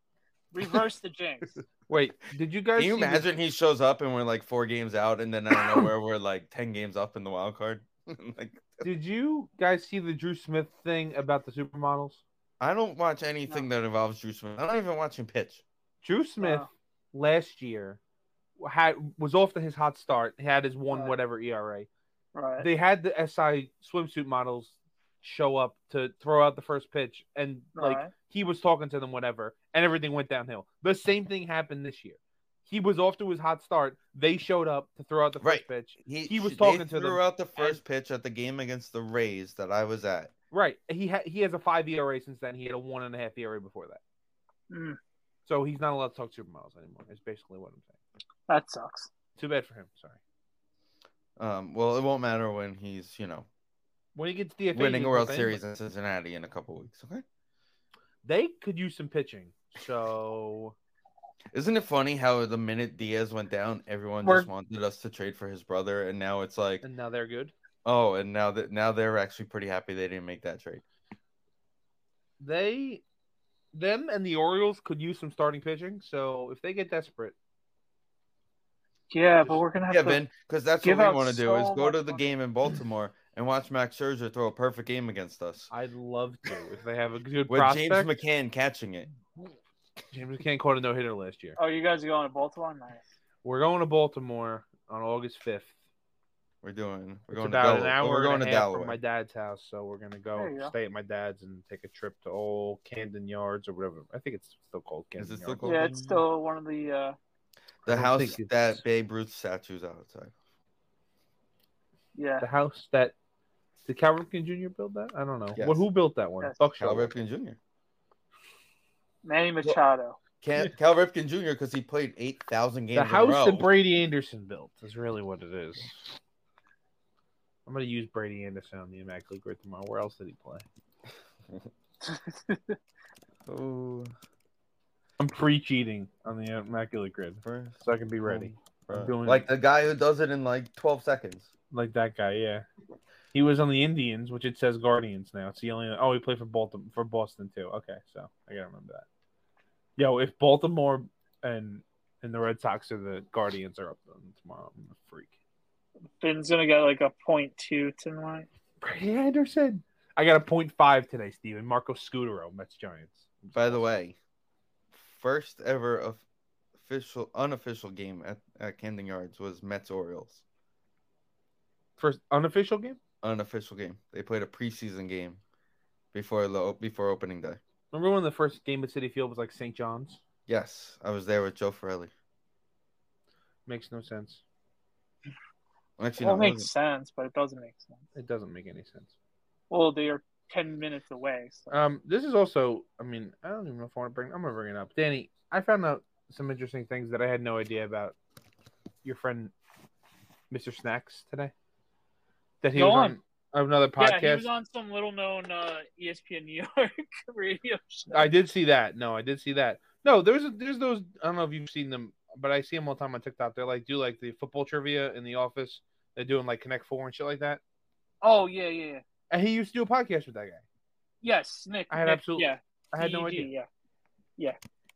Speaker 2: Reverse the jinx.
Speaker 3: Wait, did you guys?
Speaker 1: Can you
Speaker 3: see the-
Speaker 1: imagine he shows up and we're like four games out, and then I don't know where we're like ten games up in the wild card? like
Speaker 3: Did you guys see the Drew Smith thing about the supermodels?
Speaker 1: I don't watch anything that involves Drew Smith. I don't even watch him pitch.
Speaker 3: Drew Smith
Speaker 2: Wow.
Speaker 3: last year had was off to his hot start. He had his one
Speaker 2: Right.
Speaker 3: whatever ERA.
Speaker 2: Right.
Speaker 3: They had the SI swimsuit models show up to throw out the first pitch, and like
Speaker 2: Right.
Speaker 3: he was talking to them whatever, and everything went downhill. The same thing happened this year. He was off to his hot start. They showed up to throw out the first
Speaker 1: Right.
Speaker 3: pitch.
Speaker 1: He,
Speaker 3: He was
Speaker 1: they
Speaker 3: talking to
Speaker 1: threw
Speaker 3: them,
Speaker 1: out the first pitch at the game against the Rays that I was at.
Speaker 3: Right. He ha- he has a five ERA since then. He had a one and a half ERA before that.
Speaker 2: Mm.
Speaker 3: So he's not allowed to talk supermodels anymore. Is basically what I'm saying.
Speaker 2: That sucks.
Speaker 3: Too bad for him. Sorry.
Speaker 1: Um, well, it won't matter when he's you know
Speaker 3: When he gets DFA,
Speaker 1: winning
Speaker 3: he's
Speaker 1: a World
Speaker 3: okay.
Speaker 1: Series in Cincinnati in a couple weeks. Okay.
Speaker 3: they could use some pitching. So
Speaker 1: Isn't it funny how the minute Diaz went down, everyone
Speaker 2: We're-
Speaker 1: just wanted us to trade for his brother, and now it's like,
Speaker 3: and now they're good.
Speaker 1: oh, and now that now they're actually pretty happy they didn't make that trade.
Speaker 3: They, them, and the Orioles could use some starting pitching. So if they get desperate,
Speaker 2: Yeah, but we're gonna have
Speaker 1: yeah,
Speaker 2: to.
Speaker 1: Ben, because that's
Speaker 2: give
Speaker 1: what
Speaker 2: out
Speaker 1: we want to do is
Speaker 2: so
Speaker 1: go to
Speaker 2: much
Speaker 1: the
Speaker 2: money.
Speaker 1: game in Baltimore and watch Max Scherzer throw a perfect game against us
Speaker 3: I'd love to. If they have a good
Speaker 1: with
Speaker 3: prospect,
Speaker 1: James McCann catching it.
Speaker 3: James McCann caught a no hitter last year.
Speaker 2: Oh, you guys are going to Baltimore? Nice.
Speaker 3: We're going to Baltimore on August fifth.
Speaker 1: We're doing. We're
Speaker 3: It's
Speaker 1: going
Speaker 3: about
Speaker 1: to
Speaker 3: an
Speaker 1: Delaware.
Speaker 3: hour.
Speaker 1: We're going
Speaker 3: and
Speaker 1: to
Speaker 3: a half from
Speaker 1: Delaware.
Speaker 3: my dad's house, so we're gonna
Speaker 2: There
Speaker 3: go
Speaker 2: you go.
Speaker 3: stay at my dad's and take a trip to old Camden Yards or whatever. I think it's still called Camden
Speaker 1: Is it still
Speaker 3: Yards.
Speaker 1: called-
Speaker 2: Yeah, it's still one of the. Uh,
Speaker 1: The
Speaker 3: I don't
Speaker 1: house
Speaker 3: think it's-
Speaker 1: that Babe Ruth statue's outside.
Speaker 2: yeah,
Speaker 3: the house that did Cal Ripken Jr. build that? I don't know.
Speaker 1: Yes.
Speaker 3: What? Who built that one?
Speaker 2: Yes.
Speaker 3: Buck
Speaker 1: Cal
Speaker 3: Showalter.
Speaker 1: Ripken Jr.
Speaker 2: Manny Machado.
Speaker 1: Cal, Cal Ripken Jr. because he played eight thousand games.
Speaker 3: The house
Speaker 1: in a row.
Speaker 3: that Brady Anderson built is really what it is. I'm gonna use Brady Anderson on the Immaculate Grid tomorrow. Where else did he play?
Speaker 1: Oh,
Speaker 3: I'm pre cheating on the Immaculate Grid
Speaker 1: first
Speaker 3: so I can be ready.
Speaker 1: home run.
Speaker 3: doing-
Speaker 1: Like the guy who does it in like twelve seconds.
Speaker 3: Like that guy, yeah. He was on the Indians, which it says Guardians now. It's the only oh he played for Baltimore for Boston too. Okay, so I gotta remember that. Yo, if Baltimore and and the Red Sox or the Guardians are up then tomorrow, I'm a freak.
Speaker 2: Ben's gonna get like a point two tonight.
Speaker 3: Brady Anderson. I got a point five today, Steven. Marco Scudero, Mets Giants.
Speaker 1: By the way, first ever of official unofficial game at, at Camden Yards was Mets Orioles.
Speaker 3: First unofficial game?
Speaker 1: Unofficial game. They played a preseason game before the before opening day.
Speaker 3: Remember when the first game at City Field was like St. John's?
Speaker 1: Yes, I was there with Joe Farelli.
Speaker 3: Makes no sense.
Speaker 1: Actually,
Speaker 2: Well,
Speaker 1: no,
Speaker 2: it
Speaker 1: it
Speaker 2: makes
Speaker 1: wasn't.
Speaker 2: sense, but it doesn't make sense.
Speaker 3: It doesn't make any sense.
Speaker 2: Well, they are ten minutes away. So.
Speaker 3: Um, this is also, I mean, I don't even know if I want to bring. I'm gonna bring it up, Danny. I found out some interesting things that I had no idea about your friend, Mr. Snacks, today. That he
Speaker 2: Go
Speaker 3: was
Speaker 2: on.
Speaker 3: on. another
Speaker 2: yeah,
Speaker 3: podcast.
Speaker 2: he was on some little known uh, ESPN New York radio show.
Speaker 3: I did see that. No, I did see that. No, there's there's those. I don't know if you've seen them, but I see them all the time on TikTok. They like do like the football trivia in the office. They're doing like Connect Four and shit like that.
Speaker 2: Oh yeah, yeah, yeah.
Speaker 3: And he used to do a podcast with that guy.
Speaker 2: Yes, Nick.
Speaker 3: I had
Speaker 2: Nick,
Speaker 3: absolute-
Speaker 2: Yeah,
Speaker 3: I had no
Speaker 2: TED,
Speaker 3: idea.
Speaker 2: Yeah, yeah.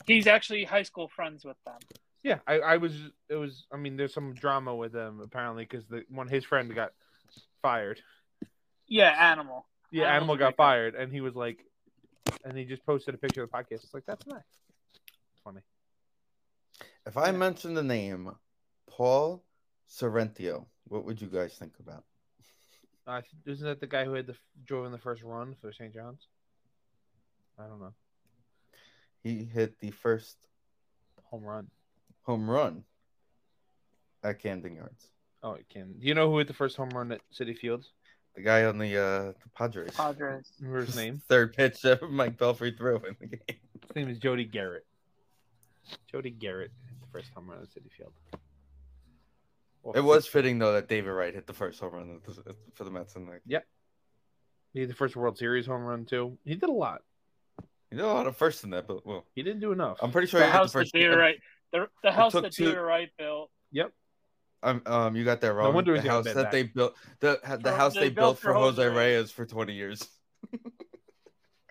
Speaker 2: He's actually high school friends with them.
Speaker 3: Yeah, I, I was. It was. I mean, there's some drama with him apparently because the one his friend got fired.
Speaker 2: Yeah, animal.
Speaker 3: Yeah,
Speaker 2: Animal's
Speaker 3: Animal got
Speaker 2: breakup.
Speaker 3: fired, and he was like, and he just posted a picture of the podcast. It's like that's nice. Funny.
Speaker 1: If I
Speaker 2: Yeah.
Speaker 1: mention the name Paul Sorrentio, what would you guys think about?
Speaker 3: Uh, isn't that the guy who had the drove in the first run for St. John's? I don't know.
Speaker 1: He hit the first
Speaker 3: Home run.
Speaker 1: home run at Camden Yards.
Speaker 3: Oh, it can. Do you know who hit the first home run at City Fields?
Speaker 1: The guy on the uh the Padres.
Speaker 2: Padres.
Speaker 3: Remember his name?
Speaker 1: Third pitch that Mike Belfry threw in the game.
Speaker 3: His name is Jody Garrett. Jody Garrett hit the first home run at City Field. Well,
Speaker 1: It was fitting though that David Wright hit the first home run for the Mets and like
Speaker 3: He had the first World Series home run too. He did a lot.
Speaker 1: you know a lot of firsts in that, but well,
Speaker 3: He didn't do enough.
Speaker 1: I'm pretty sure
Speaker 2: The
Speaker 1: he hit the
Speaker 2: house that
Speaker 1: first.
Speaker 2: they were right. The, the house
Speaker 1: took
Speaker 2: that
Speaker 1: two-
Speaker 2: they were right built.
Speaker 3: Yep.
Speaker 1: Um, um, you got that wrong.
Speaker 3: wonder
Speaker 1: the
Speaker 3: he's got
Speaker 1: house
Speaker 3: that
Speaker 1: that
Speaker 3: back.
Speaker 1: they built, the ha- the
Speaker 2: For-
Speaker 1: house
Speaker 2: they
Speaker 1: they,
Speaker 2: built
Speaker 1: built,
Speaker 2: for
Speaker 1: for Jose
Speaker 2: Jose
Speaker 1: Reyes for 20 years.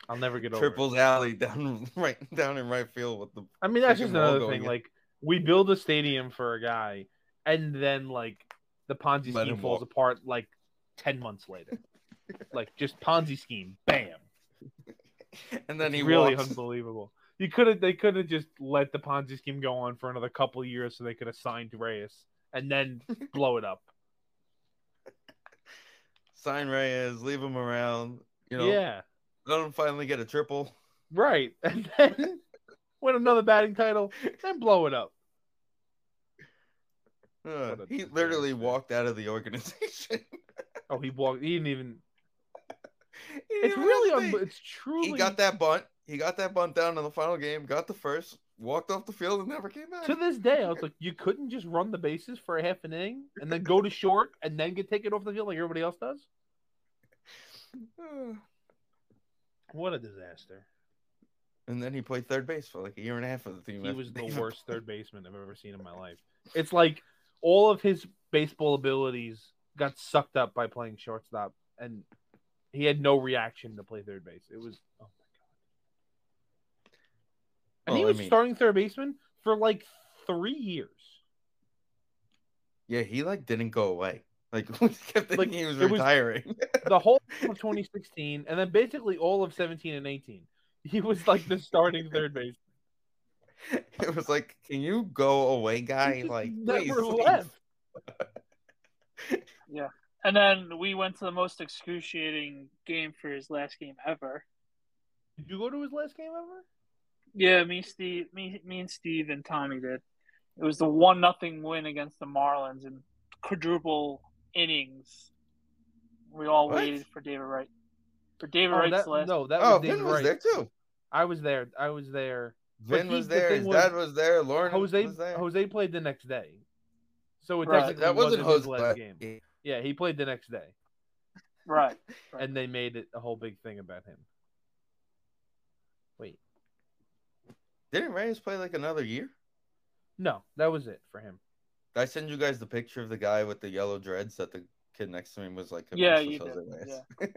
Speaker 3: I'll never get over. it.
Speaker 1: Triples alley down right down in right field with the
Speaker 3: I mean, that's
Speaker 1: Freaking
Speaker 3: just another
Speaker 1: logo
Speaker 3: thing.
Speaker 1: again.
Speaker 3: Like, we build a stadium for a guy, and then like the Ponzi
Speaker 1: Let
Speaker 3: scheme
Speaker 1: him
Speaker 3: falls
Speaker 1: walk.
Speaker 3: apart like ten months later. like, just Ponzi scheme, bam.
Speaker 1: and then
Speaker 3: It's
Speaker 1: he
Speaker 3: really
Speaker 1: walks.
Speaker 3: unbelievable. You could have, they could have just let the Ponzi scheme go on for another couple of years, so they could have signed Reyes and then blow it up.
Speaker 1: Sign Reyes, leave him around. You know,
Speaker 3: Yeah,
Speaker 1: let him finally get a triple.
Speaker 3: right. And then win another batting title, then blow it up.
Speaker 1: Uh,
Speaker 3: What a
Speaker 1: he
Speaker 3: disgrace,
Speaker 1: literally
Speaker 3: man.
Speaker 1: walked out of the organization.
Speaker 3: Oh, he walked. He didn't even. It's really, un- it's truly.
Speaker 1: He got that bunt. He got that bunt down in the final game. Got the first. Walked off the field and never came back.
Speaker 3: To this day, I was like, you couldn't just run the bases for a half an inning and then go to short and then get taken off the field like everybody else does.
Speaker 1: Uh,
Speaker 3: What a disaster!
Speaker 1: and then he played third base for like a year and a half of the team.
Speaker 3: He
Speaker 1: after
Speaker 3: was
Speaker 1: they
Speaker 3: the
Speaker 1: even
Speaker 3: worst
Speaker 1: played.
Speaker 3: third baseman I've ever seen in my life. It's like all of his baseball abilities got sucked up by playing shortstop, and he had no reaction to play third base. It was oh my god. And he
Speaker 1: Well, I
Speaker 3: was
Speaker 1: mean-
Speaker 3: starting third baseman for like three years.
Speaker 1: Yeah, he like didn't go away. Like we kept thinking
Speaker 3: Like,
Speaker 1: he was
Speaker 3: it was-
Speaker 1: retiring.
Speaker 3: The whole of 2016, and then basically all of 17 and 18, he was like the starting third base.
Speaker 1: it was like, can you go away, guy?
Speaker 3: just
Speaker 1: Like, please,
Speaker 3: never
Speaker 1: please.
Speaker 3: left.
Speaker 2: And then we went to the most excruciating game for his last game ever.
Speaker 3: Did you go to his last game ever?
Speaker 2: Yeah, me, Steve, me, me, and Steve and Tommy did. It was the one nothing win against the Marlins in quadruple innings. We all
Speaker 1: What?
Speaker 2: waited for David Wright. For David
Speaker 3: Oh,
Speaker 2: Wright's
Speaker 3: that-
Speaker 2: last.
Speaker 3: no, that
Speaker 1: Oh,
Speaker 3: was David
Speaker 1: Vin was
Speaker 3: Wright.
Speaker 1: there too.
Speaker 3: I was there. I was there. But
Speaker 1: Vin
Speaker 3: he-
Speaker 1: was
Speaker 3: the
Speaker 1: there.
Speaker 3: thing
Speaker 1: His
Speaker 3: was,
Speaker 1: dad was there. Lauren
Speaker 3: Jose
Speaker 1: was there.
Speaker 3: Jose played the next day, so it
Speaker 2: Right.
Speaker 3: technically
Speaker 1: that wasn't
Speaker 3: his
Speaker 1: Jose.
Speaker 3: last game. Yeah, he played the next day,
Speaker 2: Right.
Speaker 3: and they made it a whole big thing about him. Wait,
Speaker 1: Didn't Reyes play like another year?
Speaker 3: no, that was it for him.
Speaker 1: Did I send you guys the picture of the guy with the yellow dreads that the kid next to me was like,
Speaker 2: Yeah,
Speaker 1: convinced
Speaker 2: you
Speaker 1: was
Speaker 2: did,
Speaker 1: Jose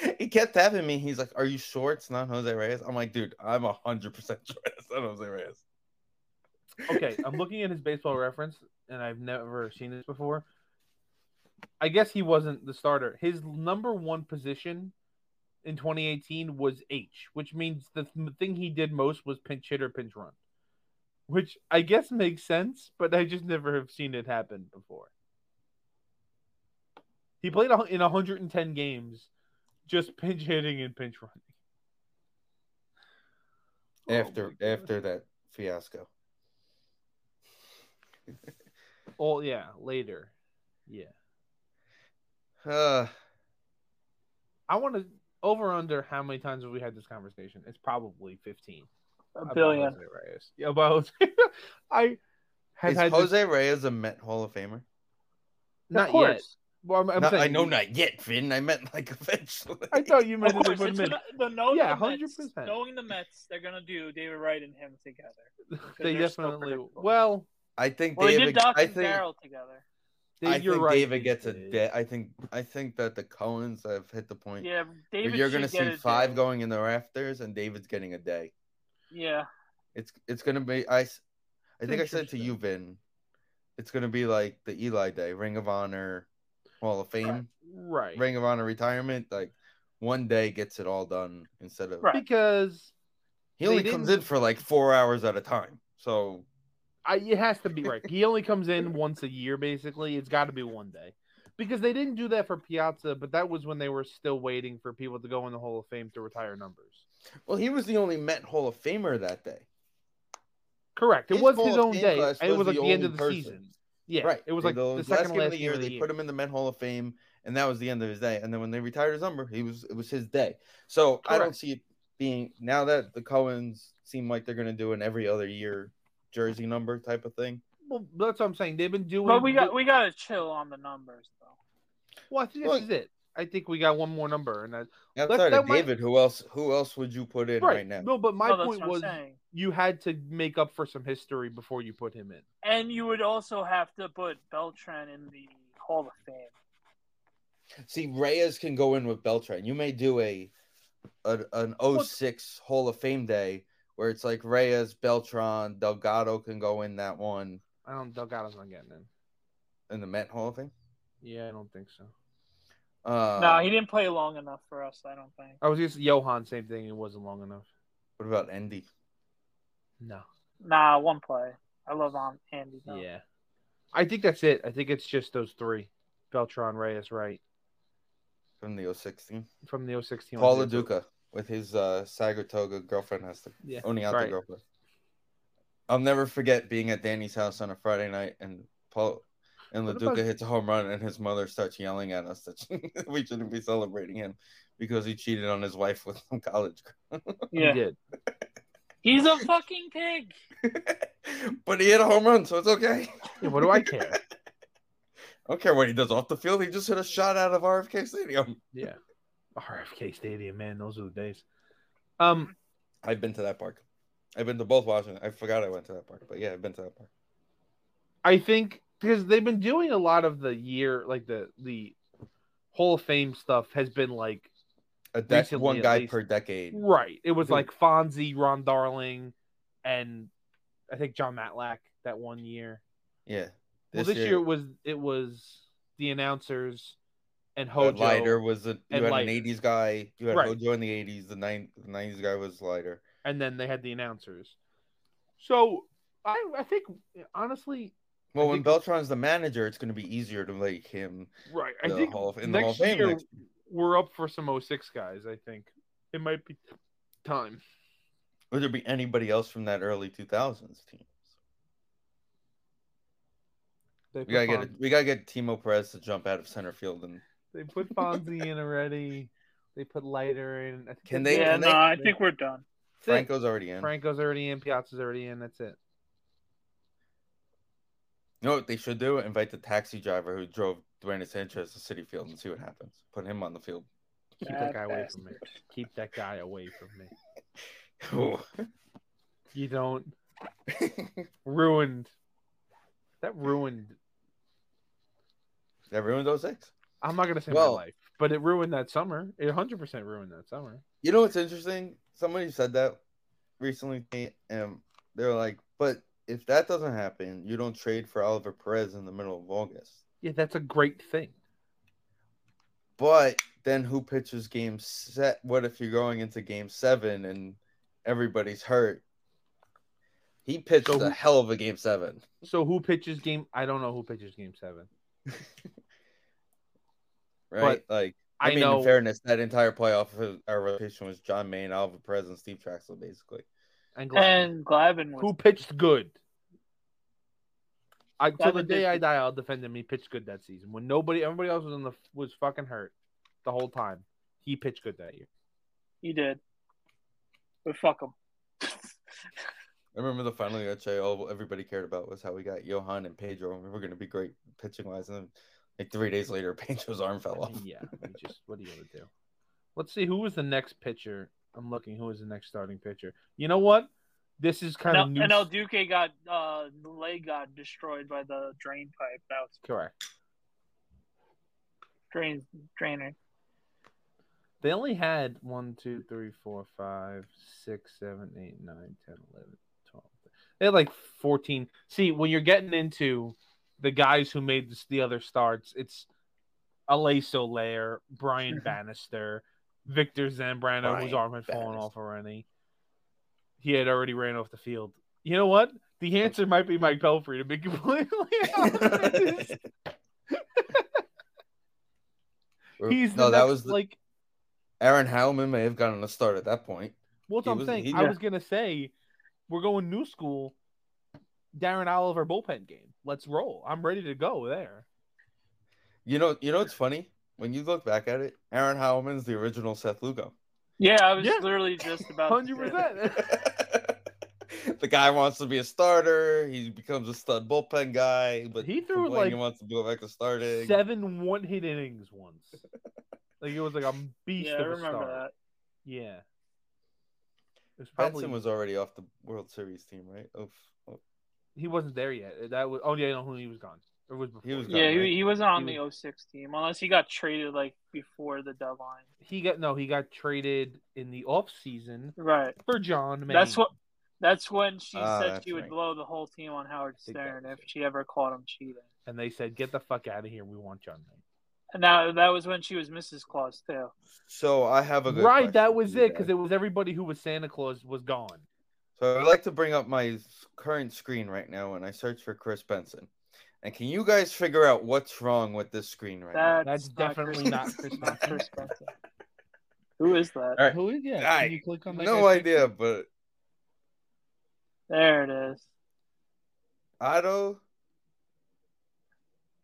Speaker 1: Reyes. he kept tapping me. He's like, "Are you sure it's not Jose Reyes?" I'm like, "Dude, I'm hundred percent sure it's not Jose Reyes."
Speaker 3: Okay, I'm looking at his baseball reference, and I've never seen this before. I guess he wasn't the starter. His number one position in 2018 was H, which means the th- thing he did most was pinch hit or pinch run, which I guess makes sense, but I just never have seen it happen before. He played a- in 110 games, just pinch hitting and pinch running. Oh my
Speaker 1: after
Speaker 3: God.
Speaker 1: after that fiasco.
Speaker 3: Oh yeah, later. Yeah.
Speaker 1: Uh,
Speaker 3: I want to over under how many times have we had this conversation? It's probably fifteen.
Speaker 2: A
Speaker 3: About
Speaker 2: billion.
Speaker 3: Jose Reyes. Yeah, about I have
Speaker 1: is
Speaker 3: had this-
Speaker 1: Jose Reyes a Met Hall of Famer?
Speaker 3: not
Speaker 2: of
Speaker 3: yet.
Speaker 2: course.
Speaker 3: Well, I'm, I'm
Speaker 1: Not-
Speaker 3: saying
Speaker 1: I know not yet, Finn. I meant like eventually.
Speaker 3: I thought you meant
Speaker 2: Of
Speaker 3: that they
Speaker 2: course,
Speaker 3: put
Speaker 2: it's
Speaker 3: him in.
Speaker 2: gonna, the knowing
Speaker 3: Yeah,
Speaker 2: the Mets,
Speaker 3: 100%.
Speaker 2: knowing the Mets, they're gonna do David Wright and him together.
Speaker 3: They
Speaker 2: they're so
Speaker 3: definitely.
Speaker 2: predictable.
Speaker 3: Well,
Speaker 1: I think
Speaker 2: Well, they did
Speaker 1: David.
Speaker 2: Doc
Speaker 1: I
Speaker 2: and
Speaker 1: think
Speaker 2: Darrell together.
Speaker 3: Dave,
Speaker 1: I
Speaker 3: you're
Speaker 1: think
Speaker 3: right.
Speaker 1: David gets a
Speaker 3: Dave.
Speaker 1: dead. I think I think that the Cohens have hit the point.
Speaker 2: Yeah,
Speaker 1: where
Speaker 2: David.
Speaker 1: you're
Speaker 2: should
Speaker 1: gonna
Speaker 2: get
Speaker 1: see
Speaker 2: it,
Speaker 1: five
Speaker 2: David.
Speaker 1: going in the rafters, and David's getting a day.
Speaker 2: Yeah,
Speaker 1: It's it's gonna be. I s- I think I said to
Speaker 3: Interesting.
Speaker 1: you, Vin. It's gonna be like the Eli Day, Ring of Honor, Hall of Fame,
Speaker 3: Right.
Speaker 1: Ring of Honor retirement. Like one day gets it all done instead of
Speaker 2: Right.
Speaker 3: Because
Speaker 1: he
Speaker 3: They
Speaker 1: only comes in
Speaker 3: didn't-
Speaker 1: for like four hours at a time. So
Speaker 3: I, it has to be right. He only comes in once a year, basically. It's got to be one day. Because they didn't do that for Piazza, but that was when they were still waiting for people to go in the Hall of Fame to retire numbers.
Speaker 1: well, he was the only Met Hall of Famer that day.
Speaker 3: Correct. It
Speaker 1: His
Speaker 3: was
Speaker 1: Hall
Speaker 3: his
Speaker 1: of
Speaker 3: own
Speaker 1: Fame
Speaker 3: day,
Speaker 1: class
Speaker 3: and it was like the end
Speaker 1: only
Speaker 3: of the
Speaker 1: person.
Speaker 3: season. Yeah,
Speaker 1: Right.
Speaker 3: It was like the, second
Speaker 1: game
Speaker 3: last
Speaker 1: of
Speaker 3: year of the
Speaker 1: They put
Speaker 3: year.
Speaker 1: him in the Met Hall of Fame, and that was the end of his day. And then when they retired his number, he was it was his day. So I don't
Speaker 3: Correct.
Speaker 1: see it being now that the Cohens seem like they're going to do an every other year jersey number type of thing.
Speaker 3: Well, that's what I'm saying. They've been doing.
Speaker 2: but we got we got to chill on the numbers though.
Speaker 3: Well, I think this
Speaker 1: Look.
Speaker 3: is it. I think we got one more number, and that
Speaker 1: Outside
Speaker 3: that
Speaker 1: of
Speaker 3: might-
Speaker 1: David, who else? Who else would you put in
Speaker 3: right.
Speaker 1: right, now?
Speaker 3: No, but my
Speaker 2: No, Oh, that's
Speaker 3: point
Speaker 2: what I'm
Speaker 3: was
Speaker 2: saying.
Speaker 3: you had to make up for some history before you put him in.
Speaker 2: And you would also have to put Beltran in the Hall of Fame.
Speaker 1: See, Reyes can go in with Beltran. You may do a, a an 06 Hall of Fame day where it's like Reyes, Beltran, Delgado can go in that one
Speaker 3: I don't. Delgado's not getting in.
Speaker 1: in the Met Hall of Fame.
Speaker 3: Yeah, I don't think so.
Speaker 1: Uh,
Speaker 2: no, he didn't play long enough for us. I don't think.
Speaker 3: I was just Johan. Same thing. It wasn't long enough.
Speaker 1: What about Andy?
Speaker 3: No.
Speaker 2: Nah, one play. I love on Andy. Though.
Speaker 3: Yeah. I think that's it. I think it's just those three: Beltran, Reyes, right
Speaker 1: from the 06 team.
Speaker 3: from the 016.
Speaker 1: Paula Duca with his uh, Sagatoga girlfriend has to
Speaker 3: Yeah.
Speaker 1: owning out
Speaker 3: Right.
Speaker 1: the girlfriend. I'll never forget being at Danny's house on a Friday night and Paul and
Speaker 3: What
Speaker 1: Laduca
Speaker 3: about-
Speaker 1: hits a home run and his mother starts yelling at us that we shouldn't be celebrating him because he cheated on his wife with some college
Speaker 3: He
Speaker 2: Yeah,
Speaker 3: did.
Speaker 2: he's a fucking pig.
Speaker 1: girl. but he hit a home run, so it's okay.
Speaker 3: Yeah, what do I care?
Speaker 1: I don't care what he does off the field. He just hit a shot out of RFK Stadium.
Speaker 3: yeah. RFK Stadium, man, those are the days. Um,
Speaker 1: I've been to that park. I've been to both Washington. I forgot I went to that park, but yeah, I've been to that park.
Speaker 3: I think because they've been doing a lot of the year, like the the Hall of Fame stuff has been like
Speaker 1: A dec-
Speaker 3: Recently,
Speaker 1: one
Speaker 3: at
Speaker 1: guy
Speaker 3: least.
Speaker 1: per decade.
Speaker 3: right. It was
Speaker 1: Yeah.
Speaker 3: like Fonzie, Ron Darling, and I think John Matlack that one year.
Speaker 1: Yeah.
Speaker 3: well, this year, it was it was the announcers and
Speaker 1: uh,
Speaker 3: Hojo.
Speaker 1: Lighter was a you
Speaker 3: and
Speaker 1: had an
Speaker 3: Leiter.
Speaker 1: '80s guy. You had
Speaker 3: Right.
Speaker 1: Hojo in the '80s. The, nine, the '90s guy was Lighter.
Speaker 3: and then they had the announcers. So I, I think honestly,
Speaker 1: Well,
Speaker 3: I
Speaker 1: when
Speaker 3: think-
Speaker 1: Beltran's the manager, it's going to be easier to make him
Speaker 3: right. I
Speaker 1: the
Speaker 3: think
Speaker 1: Hall of, in the Hall of
Speaker 3: next
Speaker 1: Fame.
Speaker 3: year
Speaker 1: next-
Speaker 3: we're up for some 06 guys. I think it might be time.
Speaker 1: Would there be anybody else from that early 2000s team?
Speaker 3: They
Speaker 1: We gotta
Speaker 3: put,
Speaker 1: get a,
Speaker 3: Fon-
Speaker 1: we gotta get Timo Perez to jump out of center field and
Speaker 3: they put Fonzie in already. They put Lighter in. I think
Speaker 1: Can
Speaker 3: that's
Speaker 1: They-
Speaker 2: yeah,
Speaker 1: and
Speaker 3: it.
Speaker 2: no,
Speaker 1: they-
Speaker 2: I think we're done.
Speaker 3: That's it.
Speaker 1: Franco's already in.
Speaker 3: Franco's already in. Piazza's already in. That's it.
Speaker 1: You know what they should do? Invite the taxi driver who drove Duane Sanchez to City Field and see what happens. Put him on the field.
Speaker 3: Keep
Speaker 2: Bad
Speaker 3: that guy away from me.
Speaker 2: bastard.
Speaker 3: Keep that guy away from me.
Speaker 1: Ooh.
Speaker 3: You don't ruined. That ruined.
Speaker 1: that ruined 06.
Speaker 3: I'm not gonna say
Speaker 1: Well-
Speaker 3: my life, but it ruined that summer. It 100 percent ruined that summer.
Speaker 1: You know what's interesting? Somebody said that recently, Nate, and they're like, "But if that doesn't happen, you don't trade for Oliver Perez in the middle of August."
Speaker 3: Yeah, that's a great thing.
Speaker 1: But then who pitches game set? What if you're going into game seven and everybody's hurt? He pitched
Speaker 3: So
Speaker 1: a
Speaker 3: who-
Speaker 1: hell of a game seven.
Speaker 3: So who pitches game? I don't know who pitches game seven.
Speaker 1: Right? like I,
Speaker 3: I,
Speaker 1: mean
Speaker 3: know
Speaker 1: in fairness, that entire playoff our rotation was John Maine, Oliver Perez, and Steve Traxel, basically.
Speaker 3: and, Glavine.
Speaker 2: And Glavin was
Speaker 3: who pitched good. I, till the
Speaker 2: Glavine
Speaker 3: day
Speaker 2: did-
Speaker 3: I die, I'll defend him. He pitched good that season when nobody, everybody else was in the was fucking hurt the whole time. He pitched good that year.
Speaker 2: he did, but fuck him.
Speaker 1: I remember the final UHA, all everybody cared about was how we got Johan and Pedro, and we were going to be great pitching wise. And then, like three days later, Pedro's arm
Speaker 3: I
Speaker 1: fell off.
Speaker 3: mean, yeah, you just what are you gonna do? Let's see who was the next pitcher. I'm looking who was the next starting pitcher. You know what? This is
Speaker 2: And
Speaker 3: kind
Speaker 2: El,
Speaker 3: of new.
Speaker 2: and El Duque got uh, the leg got destroyed by the drain pipe. That was
Speaker 3: Correct.
Speaker 2: drain drainer.
Speaker 3: They only had one, two, three, four, five, six, seven, eight, nine, ten, eleven, twelve. They had like fourteen. See, when you're getting into the guys who made this, the other starts, it's Alaso Lair, Brian
Speaker 2: Mhm.
Speaker 3: Bannister, Victor Zambrano, whose
Speaker 1: Brian
Speaker 3: arm had fallen
Speaker 1: Bannister.
Speaker 3: off already. He had already ran off the field. You know what? The answer might be Mike Pelfrey, to be completely honest. He's
Speaker 1: no,
Speaker 3: the
Speaker 1: that
Speaker 3: next,
Speaker 1: was the,
Speaker 3: like
Speaker 1: Aaron Howman may have gotten a start at that point.
Speaker 3: Well, that's
Speaker 1: He
Speaker 3: what I'm
Speaker 1: was-
Speaker 3: saying.
Speaker 1: he-
Speaker 3: I
Speaker 2: Yeah.
Speaker 3: was gonna say we're going new school. Darren Oliver bullpen game. Let's roll. I'm ready to go there.
Speaker 1: You know, you know what's funny when you look back at it. Aaron Howman's the original Seth Lugo.
Speaker 2: Yeah, I was
Speaker 3: Yeah.
Speaker 2: literally just about to
Speaker 3: Hundred
Speaker 2: say that.
Speaker 3: percent.
Speaker 1: the guy wants to be a starter. He becomes a stud bullpen guy, but
Speaker 3: He threw,
Speaker 1: complained he
Speaker 3: like,
Speaker 1: wants to go back to starting.
Speaker 3: Seven one hit innings once. Like it was like a beast
Speaker 2: Yeah, I
Speaker 3: of a
Speaker 2: remember
Speaker 3: start.
Speaker 2: that.
Speaker 3: Yeah. It was probably
Speaker 1: Benson was already off the World Series team, right? Oof. Oh,
Speaker 3: he wasn't there yet. That was oh yeah, no, he was gone. It was before.
Speaker 1: He was
Speaker 2: Yeah,
Speaker 1: gone, right?
Speaker 2: he, he wasn't on
Speaker 3: He
Speaker 2: the 06 team unless he got traded like before the deadline.
Speaker 3: He got no. He got traded in the off season
Speaker 2: Right.
Speaker 3: for John. Maine.
Speaker 2: That's what- That's when she
Speaker 1: Ah,
Speaker 2: said
Speaker 1: that's
Speaker 2: she would
Speaker 1: right.
Speaker 2: blow the whole team on Howard
Speaker 1: Think that
Speaker 2: Stern
Speaker 1: was
Speaker 2: if
Speaker 1: it.
Speaker 2: she ever caught him cheating.
Speaker 3: And they said, "Get the fuck out of here. We want John." Maine.
Speaker 2: And now that was when she was Mrs. Claus too.
Speaker 1: So I have a good
Speaker 3: Right, that
Speaker 1: question
Speaker 3: was
Speaker 1: for you
Speaker 3: it because
Speaker 1: guys.
Speaker 3: it was everybody who was Santa Claus was gone.
Speaker 1: So I'd like to bring up my s- current screen right now, and I search for Chris Benson. And can you guys figure out what's wrong with this screen right now?
Speaker 2: That's,
Speaker 3: That's
Speaker 2: not
Speaker 3: definitely
Speaker 2: Chris-
Speaker 3: not Chris
Speaker 2: not
Speaker 3: Benson.
Speaker 2: Chris Benson. Who is that?
Speaker 1: All right.
Speaker 3: Who is yeah?
Speaker 1: Guy.
Speaker 3: Can you click on that?
Speaker 1: No
Speaker 3: guy's
Speaker 1: idea, but
Speaker 2: There it is.
Speaker 1: Otto.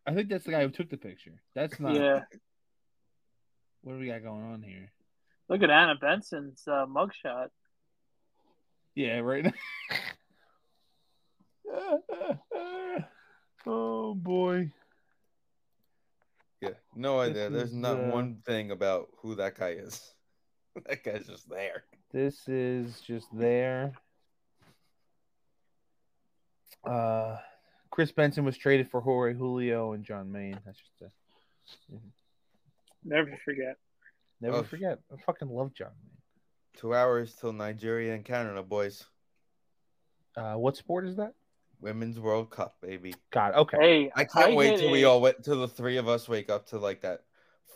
Speaker 3: I think that's the guy who took the picture. That's not.
Speaker 2: Yeah.
Speaker 3: What do we got going on here?
Speaker 2: Look at Anna Benson's uh, mugshot.
Speaker 3: Yeah, right. oh boy.
Speaker 1: Yeah, no
Speaker 3: This
Speaker 1: idea. There's
Speaker 3: is,
Speaker 1: not
Speaker 3: uh,
Speaker 1: one thing about who that guy is. that guy's just there.
Speaker 3: This is just there. Uh, Chris Benson was traded for Jorge Julio and John Maine. That's just a,
Speaker 2: Never forget.
Speaker 3: never
Speaker 1: Oh.
Speaker 3: forget. I fucking love John Maine.
Speaker 1: Two hours till Nigeria and Canada, boys.
Speaker 3: Uh, what sport is that?
Speaker 1: Women's World Cup, baby.
Speaker 3: God, okay.
Speaker 2: Hey,
Speaker 1: I can't wait
Speaker 2: get
Speaker 1: till we
Speaker 2: it.
Speaker 1: all wait till the three of us wake up to like that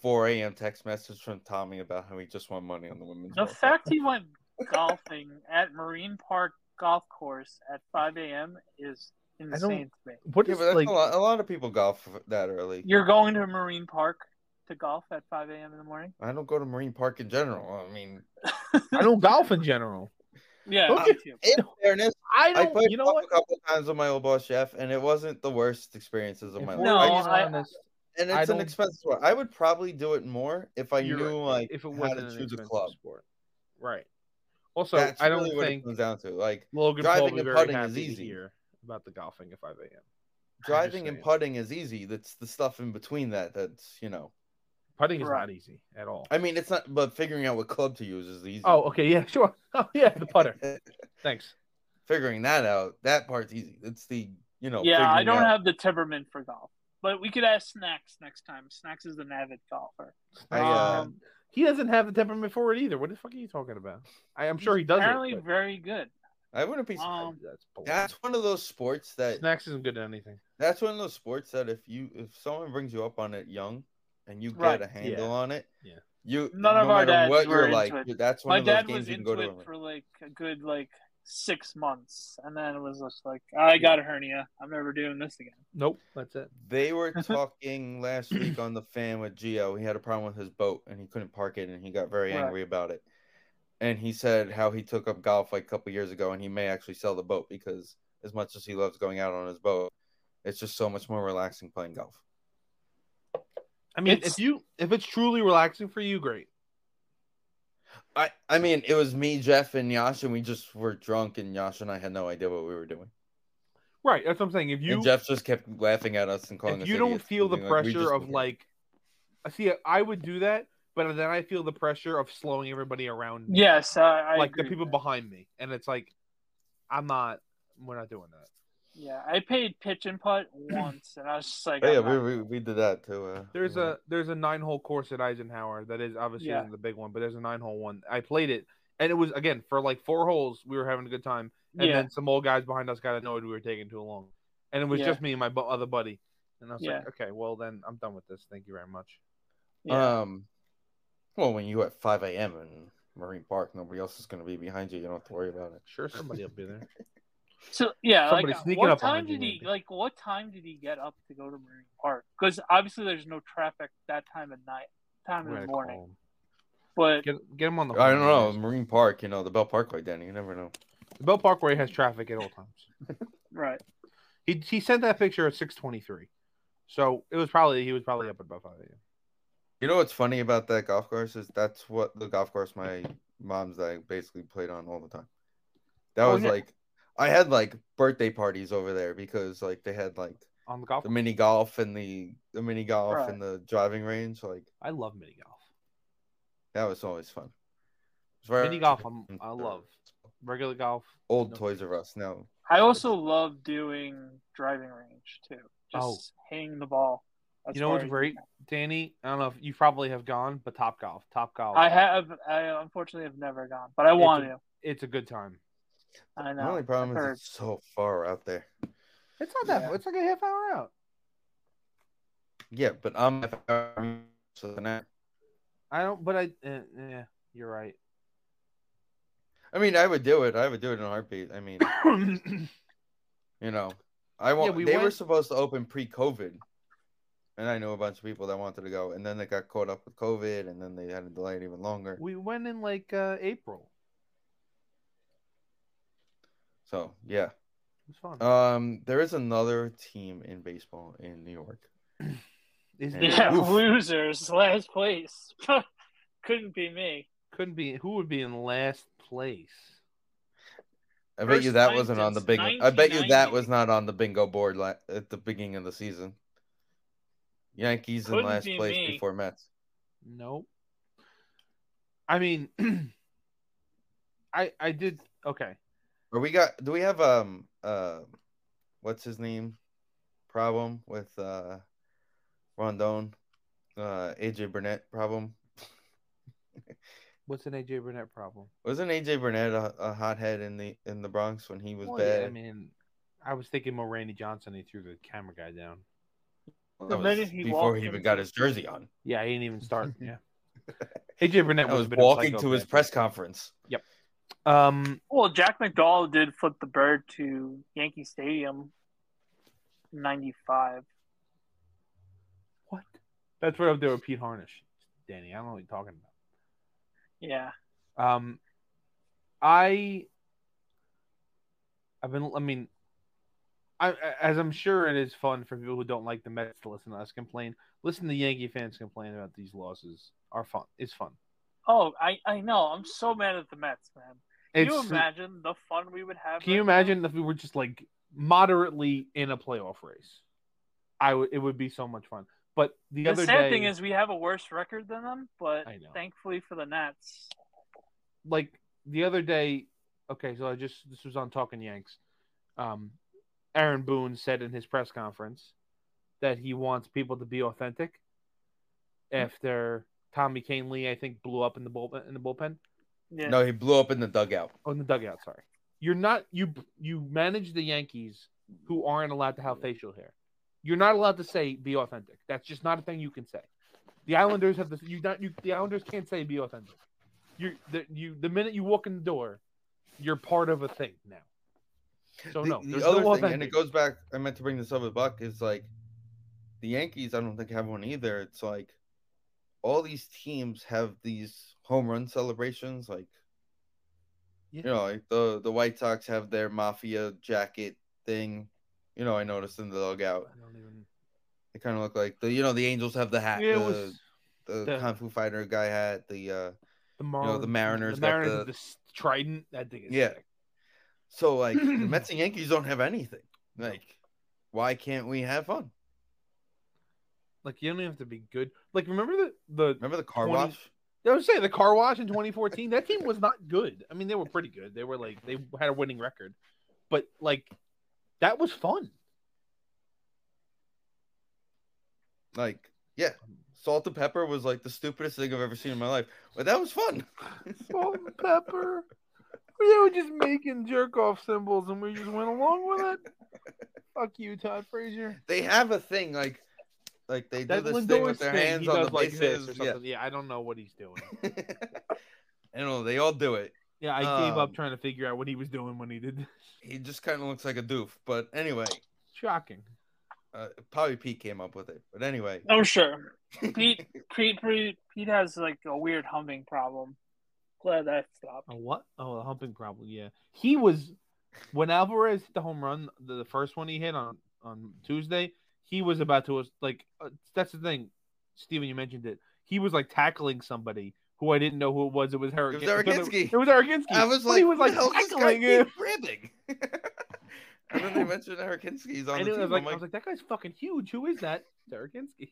Speaker 1: 4 a.m. text message from Tommy about how he just won money on the women's.
Speaker 2: The
Speaker 1: World
Speaker 2: fact he went golfing at Marine Park Golf Course at 5 a.m. is
Speaker 3: don't-
Speaker 2: insane to me.
Speaker 3: What
Speaker 1: Cup. Yeah,
Speaker 3: is
Speaker 1: but that's
Speaker 3: like?
Speaker 1: a, lot, a lot of people golf that early.
Speaker 2: You're going to Marine Park to golf at 5 a.m. in the morning?
Speaker 1: I don't go to Marine Park in general. I mean,
Speaker 3: I don't golf in general.
Speaker 2: Yeah,
Speaker 3: Okay.
Speaker 2: me too.
Speaker 1: in fairness,
Speaker 3: I
Speaker 1: I
Speaker 3: don't.
Speaker 1: played
Speaker 3: you know
Speaker 1: golf
Speaker 3: what?
Speaker 1: a couple times with my old boss Jeff, and it wasn't the worst experiences of
Speaker 3: If
Speaker 1: my
Speaker 3: we're
Speaker 1: life.
Speaker 2: No,
Speaker 1: I
Speaker 3: being
Speaker 1: just-
Speaker 2: I-
Speaker 3: honest,
Speaker 1: and
Speaker 3: I
Speaker 1: it's an
Speaker 3: don't-
Speaker 1: expensive one. I would probably do it more if I
Speaker 3: You're
Speaker 1: knew
Speaker 3: right.
Speaker 1: like
Speaker 3: if it
Speaker 1: how
Speaker 3: wasn't
Speaker 1: to
Speaker 3: an
Speaker 1: choose a
Speaker 3: expensive
Speaker 1: club.
Speaker 3: sport, right? Also,
Speaker 1: That's
Speaker 3: I don't
Speaker 1: really what it
Speaker 3: think
Speaker 1: comes down to. Like
Speaker 3: Logan
Speaker 1: Driving
Speaker 3: Paul would be
Speaker 1: and
Speaker 3: very
Speaker 1: putting is
Speaker 3: happy to
Speaker 1: easy.
Speaker 3: hear about the golfing at 5 a.m.
Speaker 1: driving and
Speaker 3: saying.
Speaker 1: putting is easy. That's the stuff in between that. That's you know.
Speaker 3: Putting is
Speaker 2: Right.
Speaker 3: not easy at all.
Speaker 1: I mean, it's not. But figuring out what club to use is the easy.
Speaker 3: Oh, okay, yeah, sure. Oh, yeah, the putter. Thanks.
Speaker 1: figuring that out. That part's easy. It's the you know.
Speaker 2: yeah, I
Speaker 1: figuring
Speaker 2: don't
Speaker 1: out.
Speaker 2: have the temperament for golf. But we could ask Snacks next time. Snacks is an avid golfer.
Speaker 1: I, uh,
Speaker 2: um,
Speaker 3: He doesn't have the temperament for it either. What the fuck are you talking about? I, I'm sure he does.
Speaker 2: Apparently,
Speaker 3: it,
Speaker 2: very good.
Speaker 1: I wouldn't be.
Speaker 3: but-
Speaker 2: um,
Speaker 3: that's bull-
Speaker 1: that's one of those sports that.
Speaker 3: Snacks isn't good at anything.
Speaker 1: That's one of those sports that if you if someone brings you up on it young, and you
Speaker 2: Right.
Speaker 1: get a handle
Speaker 3: Yeah.
Speaker 1: on it.
Speaker 3: Yeah.
Speaker 1: You
Speaker 2: None of
Speaker 1: no
Speaker 2: our
Speaker 1: matter
Speaker 2: dads
Speaker 1: what
Speaker 2: were
Speaker 1: you're
Speaker 2: into
Speaker 1: like.
Speaker 2: it.
Speaker 1: That's one
Speaker 2: My
Speaker 1: of those
Speaker 2: dad
Speaker 1: games
Speaker 2: was
Speaker 1: you can
Speaker 2: into
Speaker 1: go to.
Speaker 2: it
Speaker 1: and-
Speaker 2: for like a good like six months, and then it was just like, I got a hernia. I'm never doing this again.
Speaker 3: Nope, that's it.
Speaker 1: They were talking last week on the fan with Gio. He had a problem with his boat and he couldn't park it, and he got very
Speaker 2: Right.
Speaker 1: angry about it. And he said how he took up golf like a couple years ago, and he may actually sell the boat because as much as he loves going out on his boat, it's just so much more relaxing playing golf.
Speaker 3: I mean,
Speaker 2: It's-
Speaker 3: if you if it's truly relaxing for you, great.
Speaker 1: I I mean, it was me, Jeff, and Yash, and we just were drunk, and Yash and I had no idea what we were doing.
Speaker 3: Right, that's what I'm saying. If you
Speaker 1: and Jeff just kept laughing at us and calling
Speaker 3: if
Speaker 1: us
Speaker 3: you don't
Speaker 1: idiots and
Speaker 3: feel the
Speaker 1: being like, "We
Speaker 3: pressure
Speaker 1: just
Speaker 3: of
Speaker 1: moved."
Speaker 3: like, I see. I would do that, but then I feel the pressure of slowing everybody around. me.
Speaker 2: Yes, I, I
Speaker 3: like the
Speaker 2: agree
Speaker 3: people
Speaker 2: with that.
Speaker 3: behind me, and it's like, I'm not. We're not doing that.
Speaker 2: Yeah, I paid pitch and putt once, and I was just like,
Speaker 1: Oh, yeah,
Speaker 2: I'm
Speaker 1: we,
Speaker 2: not-
Speaker 1: we, we did that too. Uh,
Speaker 3: There's
Speaker 1: yeah.
Speaker 3: a there's a nine hole course at Eisenhower that is obviously
Speaker 2: Yeah.
Speaker 3: isn't the big one, but there's a nine hole one. I played it, and it was again for like four holes. We were having a good time, and
Speaker 2: yeah,
Speaker 3: then some old guys behind us got annoyed we were taking too long, and it was
Speaker 2: Yeah.
Speaker 3: just me and my bu- other buddy. And I was
Speaker 2: Yeah.
Speaker 3: like, okay, well then I'm done with this. Thank you very much.
Speaker 2: yeah.
Speaker 3: uh,
Speaker 1: Um, well, when you at 5 a.m. in Marine Park, nobody else is going to be behind you. You don't have to worry about it.
Speaker 3: Sure, somebody will be there.
Speaker 2: So yeah, like
Speaker 3: Somebody
Speaker 2: uh,
Speaker 3: sneaking
Speaker 2: what
Speaker 3: up on
Speaker 2: time
Speaker 3: you,
Speaker 2: did he
Speaker 3: Andy.
Speaker 2: like? What time did he get up to go to Marine Park? Because obviously there's no traffic that time of night, time
Speaker 3: We're
Speaker 2: of the
Speaker 3: gonna
Speaker 2: morning.
Speaker 3: call 'em.
Speaker 2: But
Speaker 3: Get get him on the.
Speaker 1: I
Speaker 3: horn,
Speaker 1: don't know.
Speaker 3: guys.
Speaker 1: Marine Park, you know, the Bell Parkway, Danny. You never know.
Speaker 3: The Bell Parkway has traffic at all times.
Speaker 2: right,
Speaker 3: He he sent that picture at 6:23, so it was probably he was probably up at about five a.m.
Speaker 1: You know what's funny about that golf course is that's what the golf course my mom's I basically played on all the time. That
Speaker 3: Oh,
Speaker 1: was
Speaker 3: yeah.
Speaker 1: like, I had like birthday parties over there because like they had like
Speaker 3: on the golf.
Speaker 1: the
Speaker 3: course.
Speaker 1: mini golf and the the mini golf and the driving range. Like
Speaker 3: I love mini golf.
Speaker 1: that was always fun. It's very-
Speaker 3: Mini golf, I'm, I love regular golf.
Speaker 1: old
Speaker 3: no
Speaker 1: Toys R
Speaker 3: thanks.
Speaker 1: Us. Now
Speaker 2: I also love doing driving range too. Just hitting the ball. as
Speaker 3: Oh. You know
Speaker 2: far
Speaker 3: what's
Speaker 2: as
Speaker 3: great,
Speaker 2: can.
Speaker 3: Danny? I don't know if you probably have gone, but Top Golf, Top Golf,
Speaker 2: I have. I unfortunately have never gone, but I want
Speaker 3: It's
Speaker 2: to.
Speaker 3: it's a good time.
Speaker 2: I
Speaker 1: the
Speaker 2: know.
Speaker 1: only problem
Speaker 2: I've
Speaker 1: is
Speaker 2: heard.
Speaker 1: it's so far out there.
Speaker 3: It's not that.
Speaker 2: Yeah.
Speaker 3: It's like a half hour out.
Speaker 1: Yeah, but I'm so then I,
Speaker 3: I don't, but I, eh, yeah, you're right.
Speaker 1: I mean, I would do it. I would do it in a heartbeat. I mean, you know, I want.
Speaker 3: Yeah, we
Speaker 1: they were
Speaker 3: went-
Speaker 1: supposed to open pre-COVID, and I knew a bunch of people that wanted to go, and then they got caught up with COVID, and then they had to delay it even longer.
Speaker 3: we went in like uh, April.
Speaker 1: So yeah,
Speaker 3: It was fun.
Speaker 1: um, there is another team in baseball in New York.
Speaker 3: Is
Speaker 1: and-
Speaker 3: there,
Speaker 2: Yeah,
Speaker 1: Oof.
Speaker 2: losers, last place. Couldn't be me.
Speaker 3: couldn't be. Who would be in last place?
Speaker 1: I bet you
Speaker 2: First
Speaker 1: that
Speaker 2: time
Speaker 1: wasn't on the
Speaker 2: since
Speaker 1: bingo. I bet you that
Speaker 2: 1990.
Speaker 1: was not on the bingo board la- at the beginning of the season. Yankees in
Speaker 2: Couldn't
Speaker 1: last
Speaker 2: be
Speaker 1: place
Speaker 2: me.
Speaker 1: before Mets.
Speaker 3: Nope. I mean, I I did okay.
Speaker 1: Or we got? Do we have um uh, what's his name? Problem with uh, Rondon, uh, AJ Burnett problem.
Speaker 3: What's an AJ Burnett problem?
Speaker 1: Wasn't AJ Burnett a, a hothead in the in the Bronx when he was
Speaker 3: Well,
Speaker 1: bad?
Speaker 3: yeah, I mean, I was thinking more Randy Johnson. He threw the camera guy down.
Speaker 1: That
Speaker 2: The
Speaker 1: was
Speaker 2: minute he
Speaker 1: before
Speaker 2: walked
Speaker 1: he
Speaker 2: in-
Speaker 1: even got his jersey on.
Speaker 3: Yeah, he didn't even start. Yeah. AJ Burnett
Speaker 1: I
Speaker 3: was,
Speaker 1: was
Speaker 3: a bit
Speaker 1: walking
Speaker 3: of a
Speaker 1: to his
Speaker 3: psychopath.
Speaker 1: press conference.
Speaker 3: Um,
Speaker 2: Well, Jack McDowell did flip the bird to Yankee Stadium in 95.
Speaker 3: what? That's right up there with Pete Harnish, Danny. I don't know what you're talking about.
Speaker 2: Yeah.
Speaker 3: Um, I, I've been. I mean, I as I'm sure it is fun for people who don't like the Mets to listen to us complain. Listen to Yankee fans complain about these losses. Are fun. It's fun.
Speaker 2: Oh, I, I know. I'm so mad at the Mets, man. Can
Speaker 3: It's. uh,
Speaker 2: you imagine the fun we would have?
Speaker 3: can you
Speaker 2: right now?
Speaker 3: imagine if we were just like moderately in a playoff race? I would. It would be so much fun. But the,
Speaker 2: The
Speaker 3: other
Speaker 2: sad
Speaker 3: day,
Speaker 2: thing is we have a worse record than them, but
Speaker 3: I know.
Speaker 2: thankfully for the Nets,
Speaker 3: like the other day okay so i just this was on talking yanks um aaron boone said in his press conference that he wants people to be authentic after tommy Kane lee i think blew up in the bullpen in the bullpen
Speaker 2: yeah,
Speaker 1: No, he blew up in the dugout.
Speaker 3: oh in the dugout sorry you're not you you manage the yankees who aren't allowed to have facial hair you're not allowed to say be authentic that's just not a thing you can say the islanders have this you not you the islanders can't say be authentic you the, you the minute you walk in the door you're part of a thing now so
Speaker 1: the,
Speaker 3: no
Speaker 1: the
Speaker 3: there's
Speaker 1: other
Speaker 3: no
Speaker 1: thing, and it
Speaker 3: authentic.
Speaker 1: goes back. I meant to bring this up with Buck is like the Yankees. I don't think have one either. It's like all these teams have these home run celebrations. Like
Speaker 3: Yeah.
Speaker 1: you know, like the the White Sox have their mafia jacket thing. You know, I noticed in the dugout.
Speaker 3: I don't even-
Speaker 1: They kind of look like the you know the Angels have the hat.
Speaker 3: Yeah, it
Speaker 1: the,
Speaker 3: was
Speaker 1: the,
Speaker 3: the-
Speaker 1: Kung Fu Fighter guy hat. The uh
Speaker 3: the, Marlins,
Speaker 1: the Mariners
Speaker 3: the
Speaker 1: got
Speaker 3: Mariners
Speaker 1: the-
Speaker 3: with the s- trident. That thing is
Speaker 1: Yeah.
Speaker 3: sick.
Speaker 1: so like the Mets and Yankees don't have anything. Like, why can't we have fun?
Speaker 3: Like you don't even have to be good. Like remember the the
Speaker 1: Remember the car
Speaker 3: 20
Speaker 1: wash?
Speaker 3: I was saying the car wash in 2014. That team was not good. I mean, they were pretty good. They were like they had a winning record, but like that was fun.
Speaker 1: Like, yeah, salt and pepper was like the stupidest thing I've ever seen in my life, but that was fun.
Speaker 3: Salt and pepper. They were just making jerk off symbols, and we just went along with it. Fuck you, Todd Frazier.
Speaker 1: they have a thing like, like they do
Speaker 3: That's
Speaker 1: this thing
Speaker 3: Lindor's
Speaker 1: with their
Speaker 3: thing.
Speaker 1: hands
Speaker 3: He
Speaker 1: on
Speaker 3: does
Speaker 1: the
Speaker 3: like this
Speaker 1: bases.
Speaker 3: or
Speaker 1: yeah,
Speaker 3: something. Yeah. I don't know what he's doing.
Speaker 1: I don't know. They all do it.
Speaker 3: Yeah, I gave up
Speaker 1: Um,
Speaker 3: trying to figure out what he was doing when he did. This.
Speaker 1: He just kind of looks like a doof. But anyway,
Speaker 3: Shocking.
Speaker 1: uh, probably Pete came up with it. But anyway,
Speaker 2: I'm sure Pete, Pete Pete Pete has like a weird humming problem. Glad that stopped.
Speaker 3: A what? Oh, the humping problem. Yeah, he was when Alvarez hit the home run, the, the first one he hit on on Tuesday. He was about to like uh, that's the thing, Steven, You mentioned it. He was like tackling somebody who I didn't know who it was. It was Harry.
Speaker 1: It was Harakinski.
Speaker 3: It was Harakinski.
Speaker 1: I was
Speaker 3: But
Speaker 1: like,
Speaker 3: he was like
Speaker 1: "What the hell is this guy
Speaker 3: tackling him.
Speaker 1: keep grabbing?" and then they mentioned Arakinski's on
Speaker 3: And
Speaker 1: the
Speaker 3: it
Speaker 1: team.
Speaker 3: was
Speaker 1: I'm
Speaker 3: like, I
Speaker 1: like,
Speaker 3: was like, that guy's fucking huge. Who is that? It's Harakinski.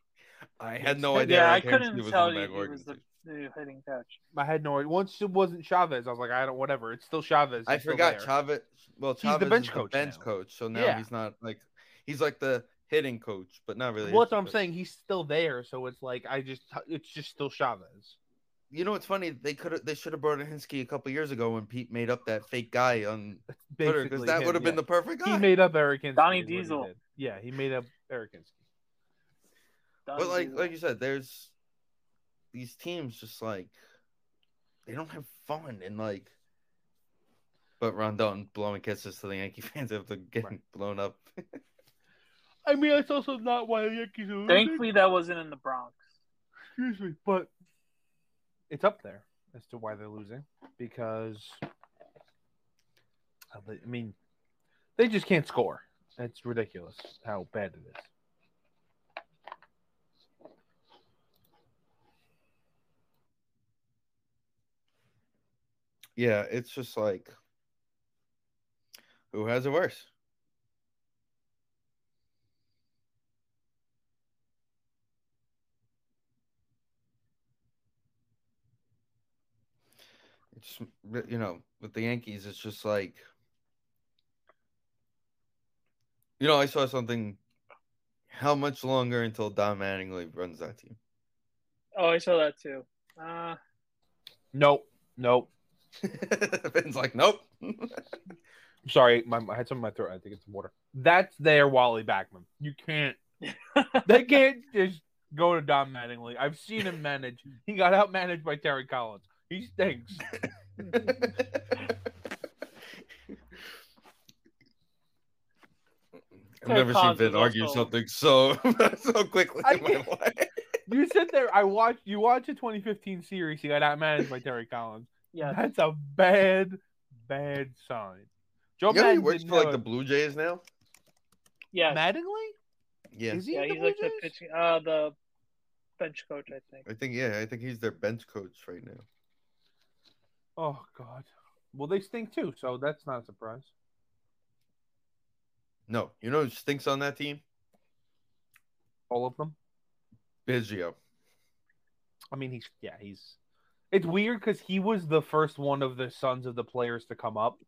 Speaker 1: I had no idea.
Speaker 2: yeah, I
Speaker 1: Arakinski was in
Speaker 2: couldn't
Speaker 1: the
Speaker 2: tell you
Speaker 1: bag
Speaker 2: he was the
Speaker 1: organization.
Speaker 2: new hitting coach.
Speaker 3: I had no idea. Once it wasn't Chavez, I was like, I don't. Whatever. It's still Chavez.
Speaker 1: I
Speaker 3: He's still
Speaker 1: forgot
Speaker 3: there.
Speaker 1: Chavez. Well,
Speaker 3: the
Speaker 1: Chavez
Speaker 3: bench
Speaker 1: is
Speaker 3: coach
Speaker 1: the bench
Speaker 3: now.
Speaker 1: coach, so now
Speaker 3: Yeah.
Speaker 1: he's not like he's like the hitting coach, but not really.
Speaker 3: Well, that's
Speaker 1: hitting
Speaker 3: what I'm
Speaker 1: coach.
Speaker 3: saying. He's still there, so it's like I just. It's just still Chavez.
Speaker 1: You know what's funny? They could have they should have brought in Hinsky a couple years ago when Pete made up that fake guy on Twitter because that would have been the perfect guy.
Speaker 3: he made up Eric Hinsky.
Speaker 2: Donnie
Speaker 3: is what he
Speaker 2: Diesel.
Speaker 3: did. Yeah, he made up Eric Hinsky.
Speaker 2: Done
Speaker 1: but like
Speaker 2: deal.
Speaker 1: like you said, there's these teams just like they don't have fun and like. But Rondon blowing kisses to the Yankee fans after getting blown up.
Speaker 3: I mean, that's also not why the Yankees are
Speaker 2: thankfully that wasn't in the Bronx.
Speaker 3: Excuse me, but it's up there as to why they're losing because I thi- I mean they just can't score. It's ridiculous how bad it is.
Speaker 1: yeah, it's just like who has it worse? It's you know, with the Yankees, it's just like you know, I saw something. How much longer until Don Mattingly runs that team?
Speaker 2: Oh, I saw that too. Uh,
Speaker 3: Nope. Nope.
Speaker 1: Ben's like, nope.
Speaker 3: Sorry, my, I had something in my throat. I think it's water. That's their Wally Backman. You can't. they can't just go to Don Mattingly. I've seen him manage. He got out managed by Terry Collins. He stinks.
Speaker 1: I've never seen
Speaker 2: Collins
Speaker 1: Ben
Speaker 2: is
Speaker 1: argue
Speaker 2: also-
Speaker 1: something so so quickly
Speaker 3: I
Speaker 1: in my life.
Speaker 3: You sit there. I watched. You watch a 2015 series. He got out managed by Terry Collins.
Speaker 2: yeah.
Speaker 3: That's a bad, bad sign. Joe
Speaker 1: You know he
Speaker 3: Madden
Speaker 1: works
Speaker 3: didn't
Speaker 1: for like
Speaker 3: have
Speaker 1: the Blue Jays now.
Speaker 3: a-
Speaker 2: Yes.
Speaker 3: Mattingly.
Speaker 1: Yeah,
Speaker 3: Is he
Speaker 2: Yeah,
Speaker 3: in the
Speaker 2: he's like the
Speaker 3: Blue Jays?
Speaker 2: pitching, uh, the bench coach, I think.
Speaker 1: I think yeah, I think he's their bench coach right now.
Speaker 3: Oh God. Well, they stink too, so that's not a surprise.
Speaker 1: No, you know who stinks on that team?
Speaker 3: All of them.
Speaker 1: Biggio.
Speaker 3: I mean, he's yeah, he's. It's weird because he was the first one of the sons of the players to come up,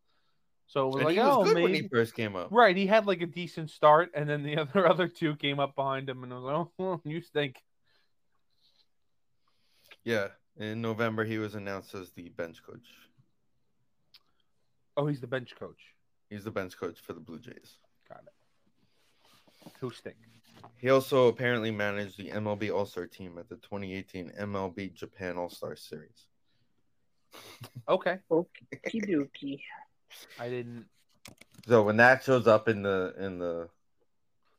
Speaker 3: so it was
Speaker 1: And
Speaker 3: like,
Speaker 1: he was
Speaker 3: oh,
Speaker 1: good when
Speaker 3: maybe-
Speaker 1: he first came up.
Speaker 3: right. He had like a decent start, and then the other other two came up behind him, and I was like, oh, well, you stink.
Speaker 1: Yeah, in November he was announced as the bench coach.
Speaker 3: Oh, he's the bench coach.
Speaker 1: He's the bench coach for the Blue Jays.
Speaker 3: Who stink?
Speaker 1: He also apparently managed the MLB All Star team at the 2018 MLB Japan All Star Series.
Speaker 3: Okay,
Speaker 2: Okie dokie.
Speaker 3: I didn't.
Speaker 1: So when that shows up in the in the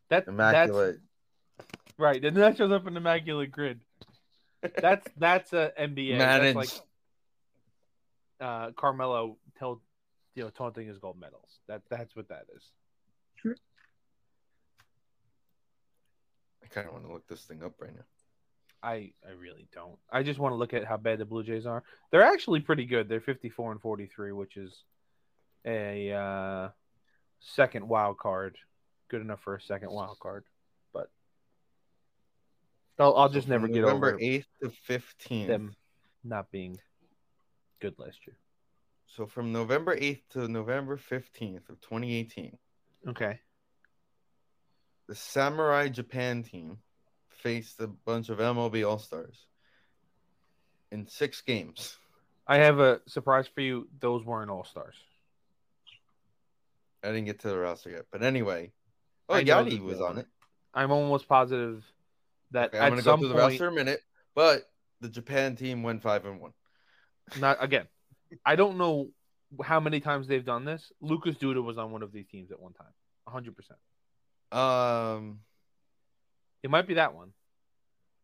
Speaker 3: That
Speaker 1: immaculate,
Speaker 3: That's, right, and that shows up in immaculate grid. That's that's a NBA.
Speaker 1: managed,
Speaker 3: That's like uh, Carmelo tell you know taunting his gold medals. That that's what that is.
Speaker 1: I kind of want to look this thing up right now.
Speaker 3: I I really don't. I just want to look at how bad the Blue Jays are. They're actually pretty good. They're 54 and 43, which is a uh, second wild card. Good enough for a second wild card, but I'll, I'll just
Speaker 1: So
Speaker 3: never
Speaker 1: from
Speaker 3: get
Speaker 1: November
Speaker 3: over
Speaker 1: 8th to 15th.
Speaker 3: them not being good last year.
Speaker 1: So from November 8th to November 15th of 2018,
Speaker 3: Okay.
Speaker 1: the Samurai Japan team faced a bunch of MLB All Stars in six games.
Speaker 3: I have a surprise for you. Those weren't all stars.
Speaker 1: I didn't get to the roster yet, but anyway, oh
Speaker 3: I know
Speaker 1: Yachty
Speaker 3: this
Speaker 1: was
Speaker 3: roster.
Speaker 1: on it.
Speaker 3: I'm almost positive that
Speaker 1: Okay,
Speaker 3: at
Speaker 1: I'm gonna go
Speaker 3: some
Speaker 1: through the
Speaker 3: point,
Speaker 1: roster in a minute, but the Japan team went five and one.
Speaker 3: not again. I don't know how many times they've done this. Lucas Duda was on one of these teams at one time. 100%.
Speaker 1: Um,
Speaker 3: It might be that one.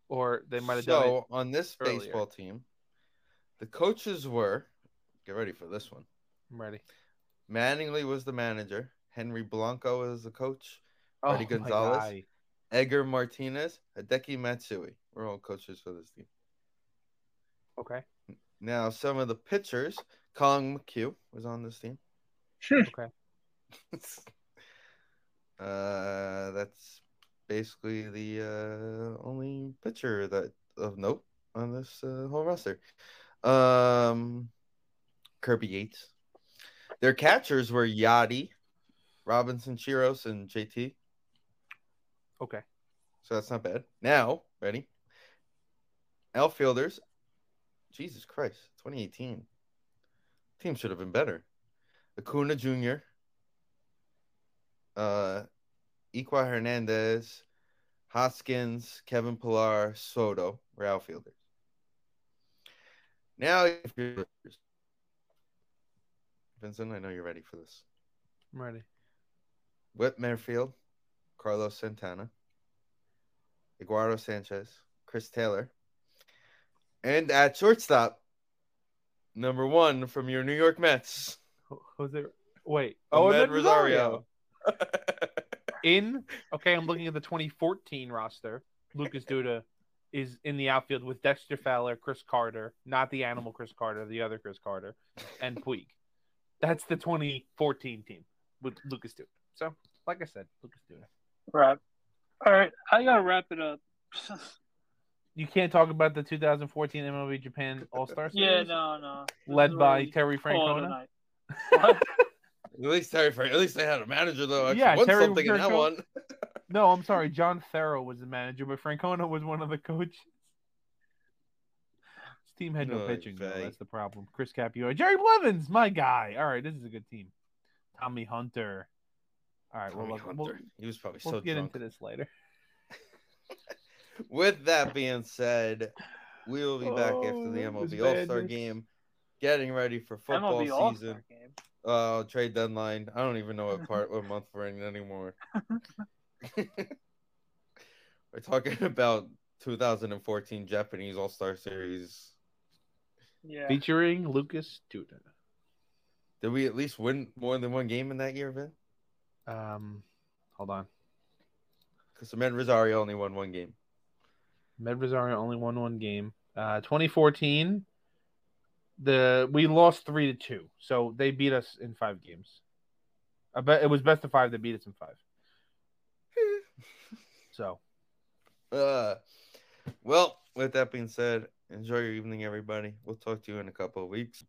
Speaker 3: Or they might have
Speaker 1: so
Speaker 3: done it.
Speaker 1: on this
Speaker 3: earlier.
Speaker 1: baseball team, the coaches were get ready for this one.
Speaker 3: I'm ready.
Speaker 1: Mattingly was the manager. Henry Blanco was the coach. Freddie
Speaker 3: Oh my
Speaker 1: Gonzalez.
Speaker 3: guy.
Speaker 1: Edgar Martinez, Hideki Matsui. We're all coaches for this team.
Speaker 3: Okay.
Speaker 1: Now, some of the pitchers, Kong McHugh was on this team.
Speaker 3: Okay.
Speaker 1: uh, that's basically the uh, only pitcher that of note on this uh, whole roster. Um, Kirby Yates. Their catchers were Yachty, Robinson Chiros, and JT.
Speaker 3: Okay.
Speaker 1: So that's not bad. Now, ready? Outfielders. Jesus Christ, 2018. Team should have been better. Acuna Jr., uh, Iqua Hernandez, Hoskins, Kevin Pillar, Soto were outfielders. Now, if you're Vincent, I know you're ready for this.
Speaker 3: I'm ready.
Speaker 1: Whit Merrifield, Carlos Santana, Eduardo Sanchez, Chris Taylor, and at shortstop, number one from your New York Mets,
Speaker 3: Ho- Jose. Wait.
Speaker 1: Oh,
Speaker 3: and
Speaker 1: Ahmed
Speaker 3: then
Speaker 1: Rosario.
Speaker 3: In. Okay. I'm looking at the 2014 roster. Lucas Duda is in the outfield with Dexter Fowler, Chris Carter, not the animal Chris Carter, the other Chris Carter, and Puig. That's the 2014 team with Lucas Duda. So, like I said, Lucas Duda.
Speaker 2: Right. All right. I gotta wrap it up.
Speaker 3: You can't talk about the 2014 MLB Japan All Star
Speaker 2: yeah, no, no. This
Speaker 3: led
Speaker 2: is
Speaker 3: by
Speaker 2: really
Speaker 3: Terry
Speaker 2: cold
Speaker 3: Francona.
Speaker 2: tonight. What?
Speaker 1: At least Terry, Fran- at least they had a manager though. Actually,
Speaker 3: Yeah,
Speaker 1: won
Speaker 3: Terry
Speaker 1: something in that
Speaker 3: Virgil.
Speaker 1: one.
Speaker 3: no, I'm sorry. John Farrell was the manager, but Francona was one of the coaches. This team had no
Speaker 1: Oy
Speaker 3: pitching, though.
Speaker 1: vey.
Speaker 3: That's the problem. Chris Capua. Jerry Blevins, my guy. All right, this is a good team. Tommy Hunter. All right,
Speaker 1: Tommy
Speaker 3: we'll,
Speaker 1: Hunter.
Speaker 3: we'll,
Speaker 1: he was probably
Speaker 3: we'll
Speaker 1: so
Speaker 3: get
Speaker 1: drunk.
Speaker 3: into this later.
Speaker 1: With that being said, we will be back after
Speaker 3: Oh,
Speaker 1: the
Speaker 3: that was
Speaker 1: MLB All Star
Speaker 3: madness.
Speaker 1: game, getting ready for football
Speaker 2: MLB All
Speaker 1: season,
Speaker 2: Star game.
Speaker 1: uh, trade deadline. I don't even know what part, what month we're in anymore. we're talking about 2014 Japanese All Star Series.
Speaker 2: Yeah.
Speaker 3: Featuring Lucas Duda.
Speaker 1: Did we at least win more than one game in that year, Vin?
Speaker 3: Um, hold on.
Speaker 1: Because Ahmed Rosario only won one game.
Speaker 3: Med Rosario only won one game. Uh, 2014, the we lost three to two, so they beat us in five games. I bet it was best of five. They beat us in five. So
Speaker 1: Uh, well, with that being said, enjoy your evening, everybody. We'll talk to you in a couple of weeks.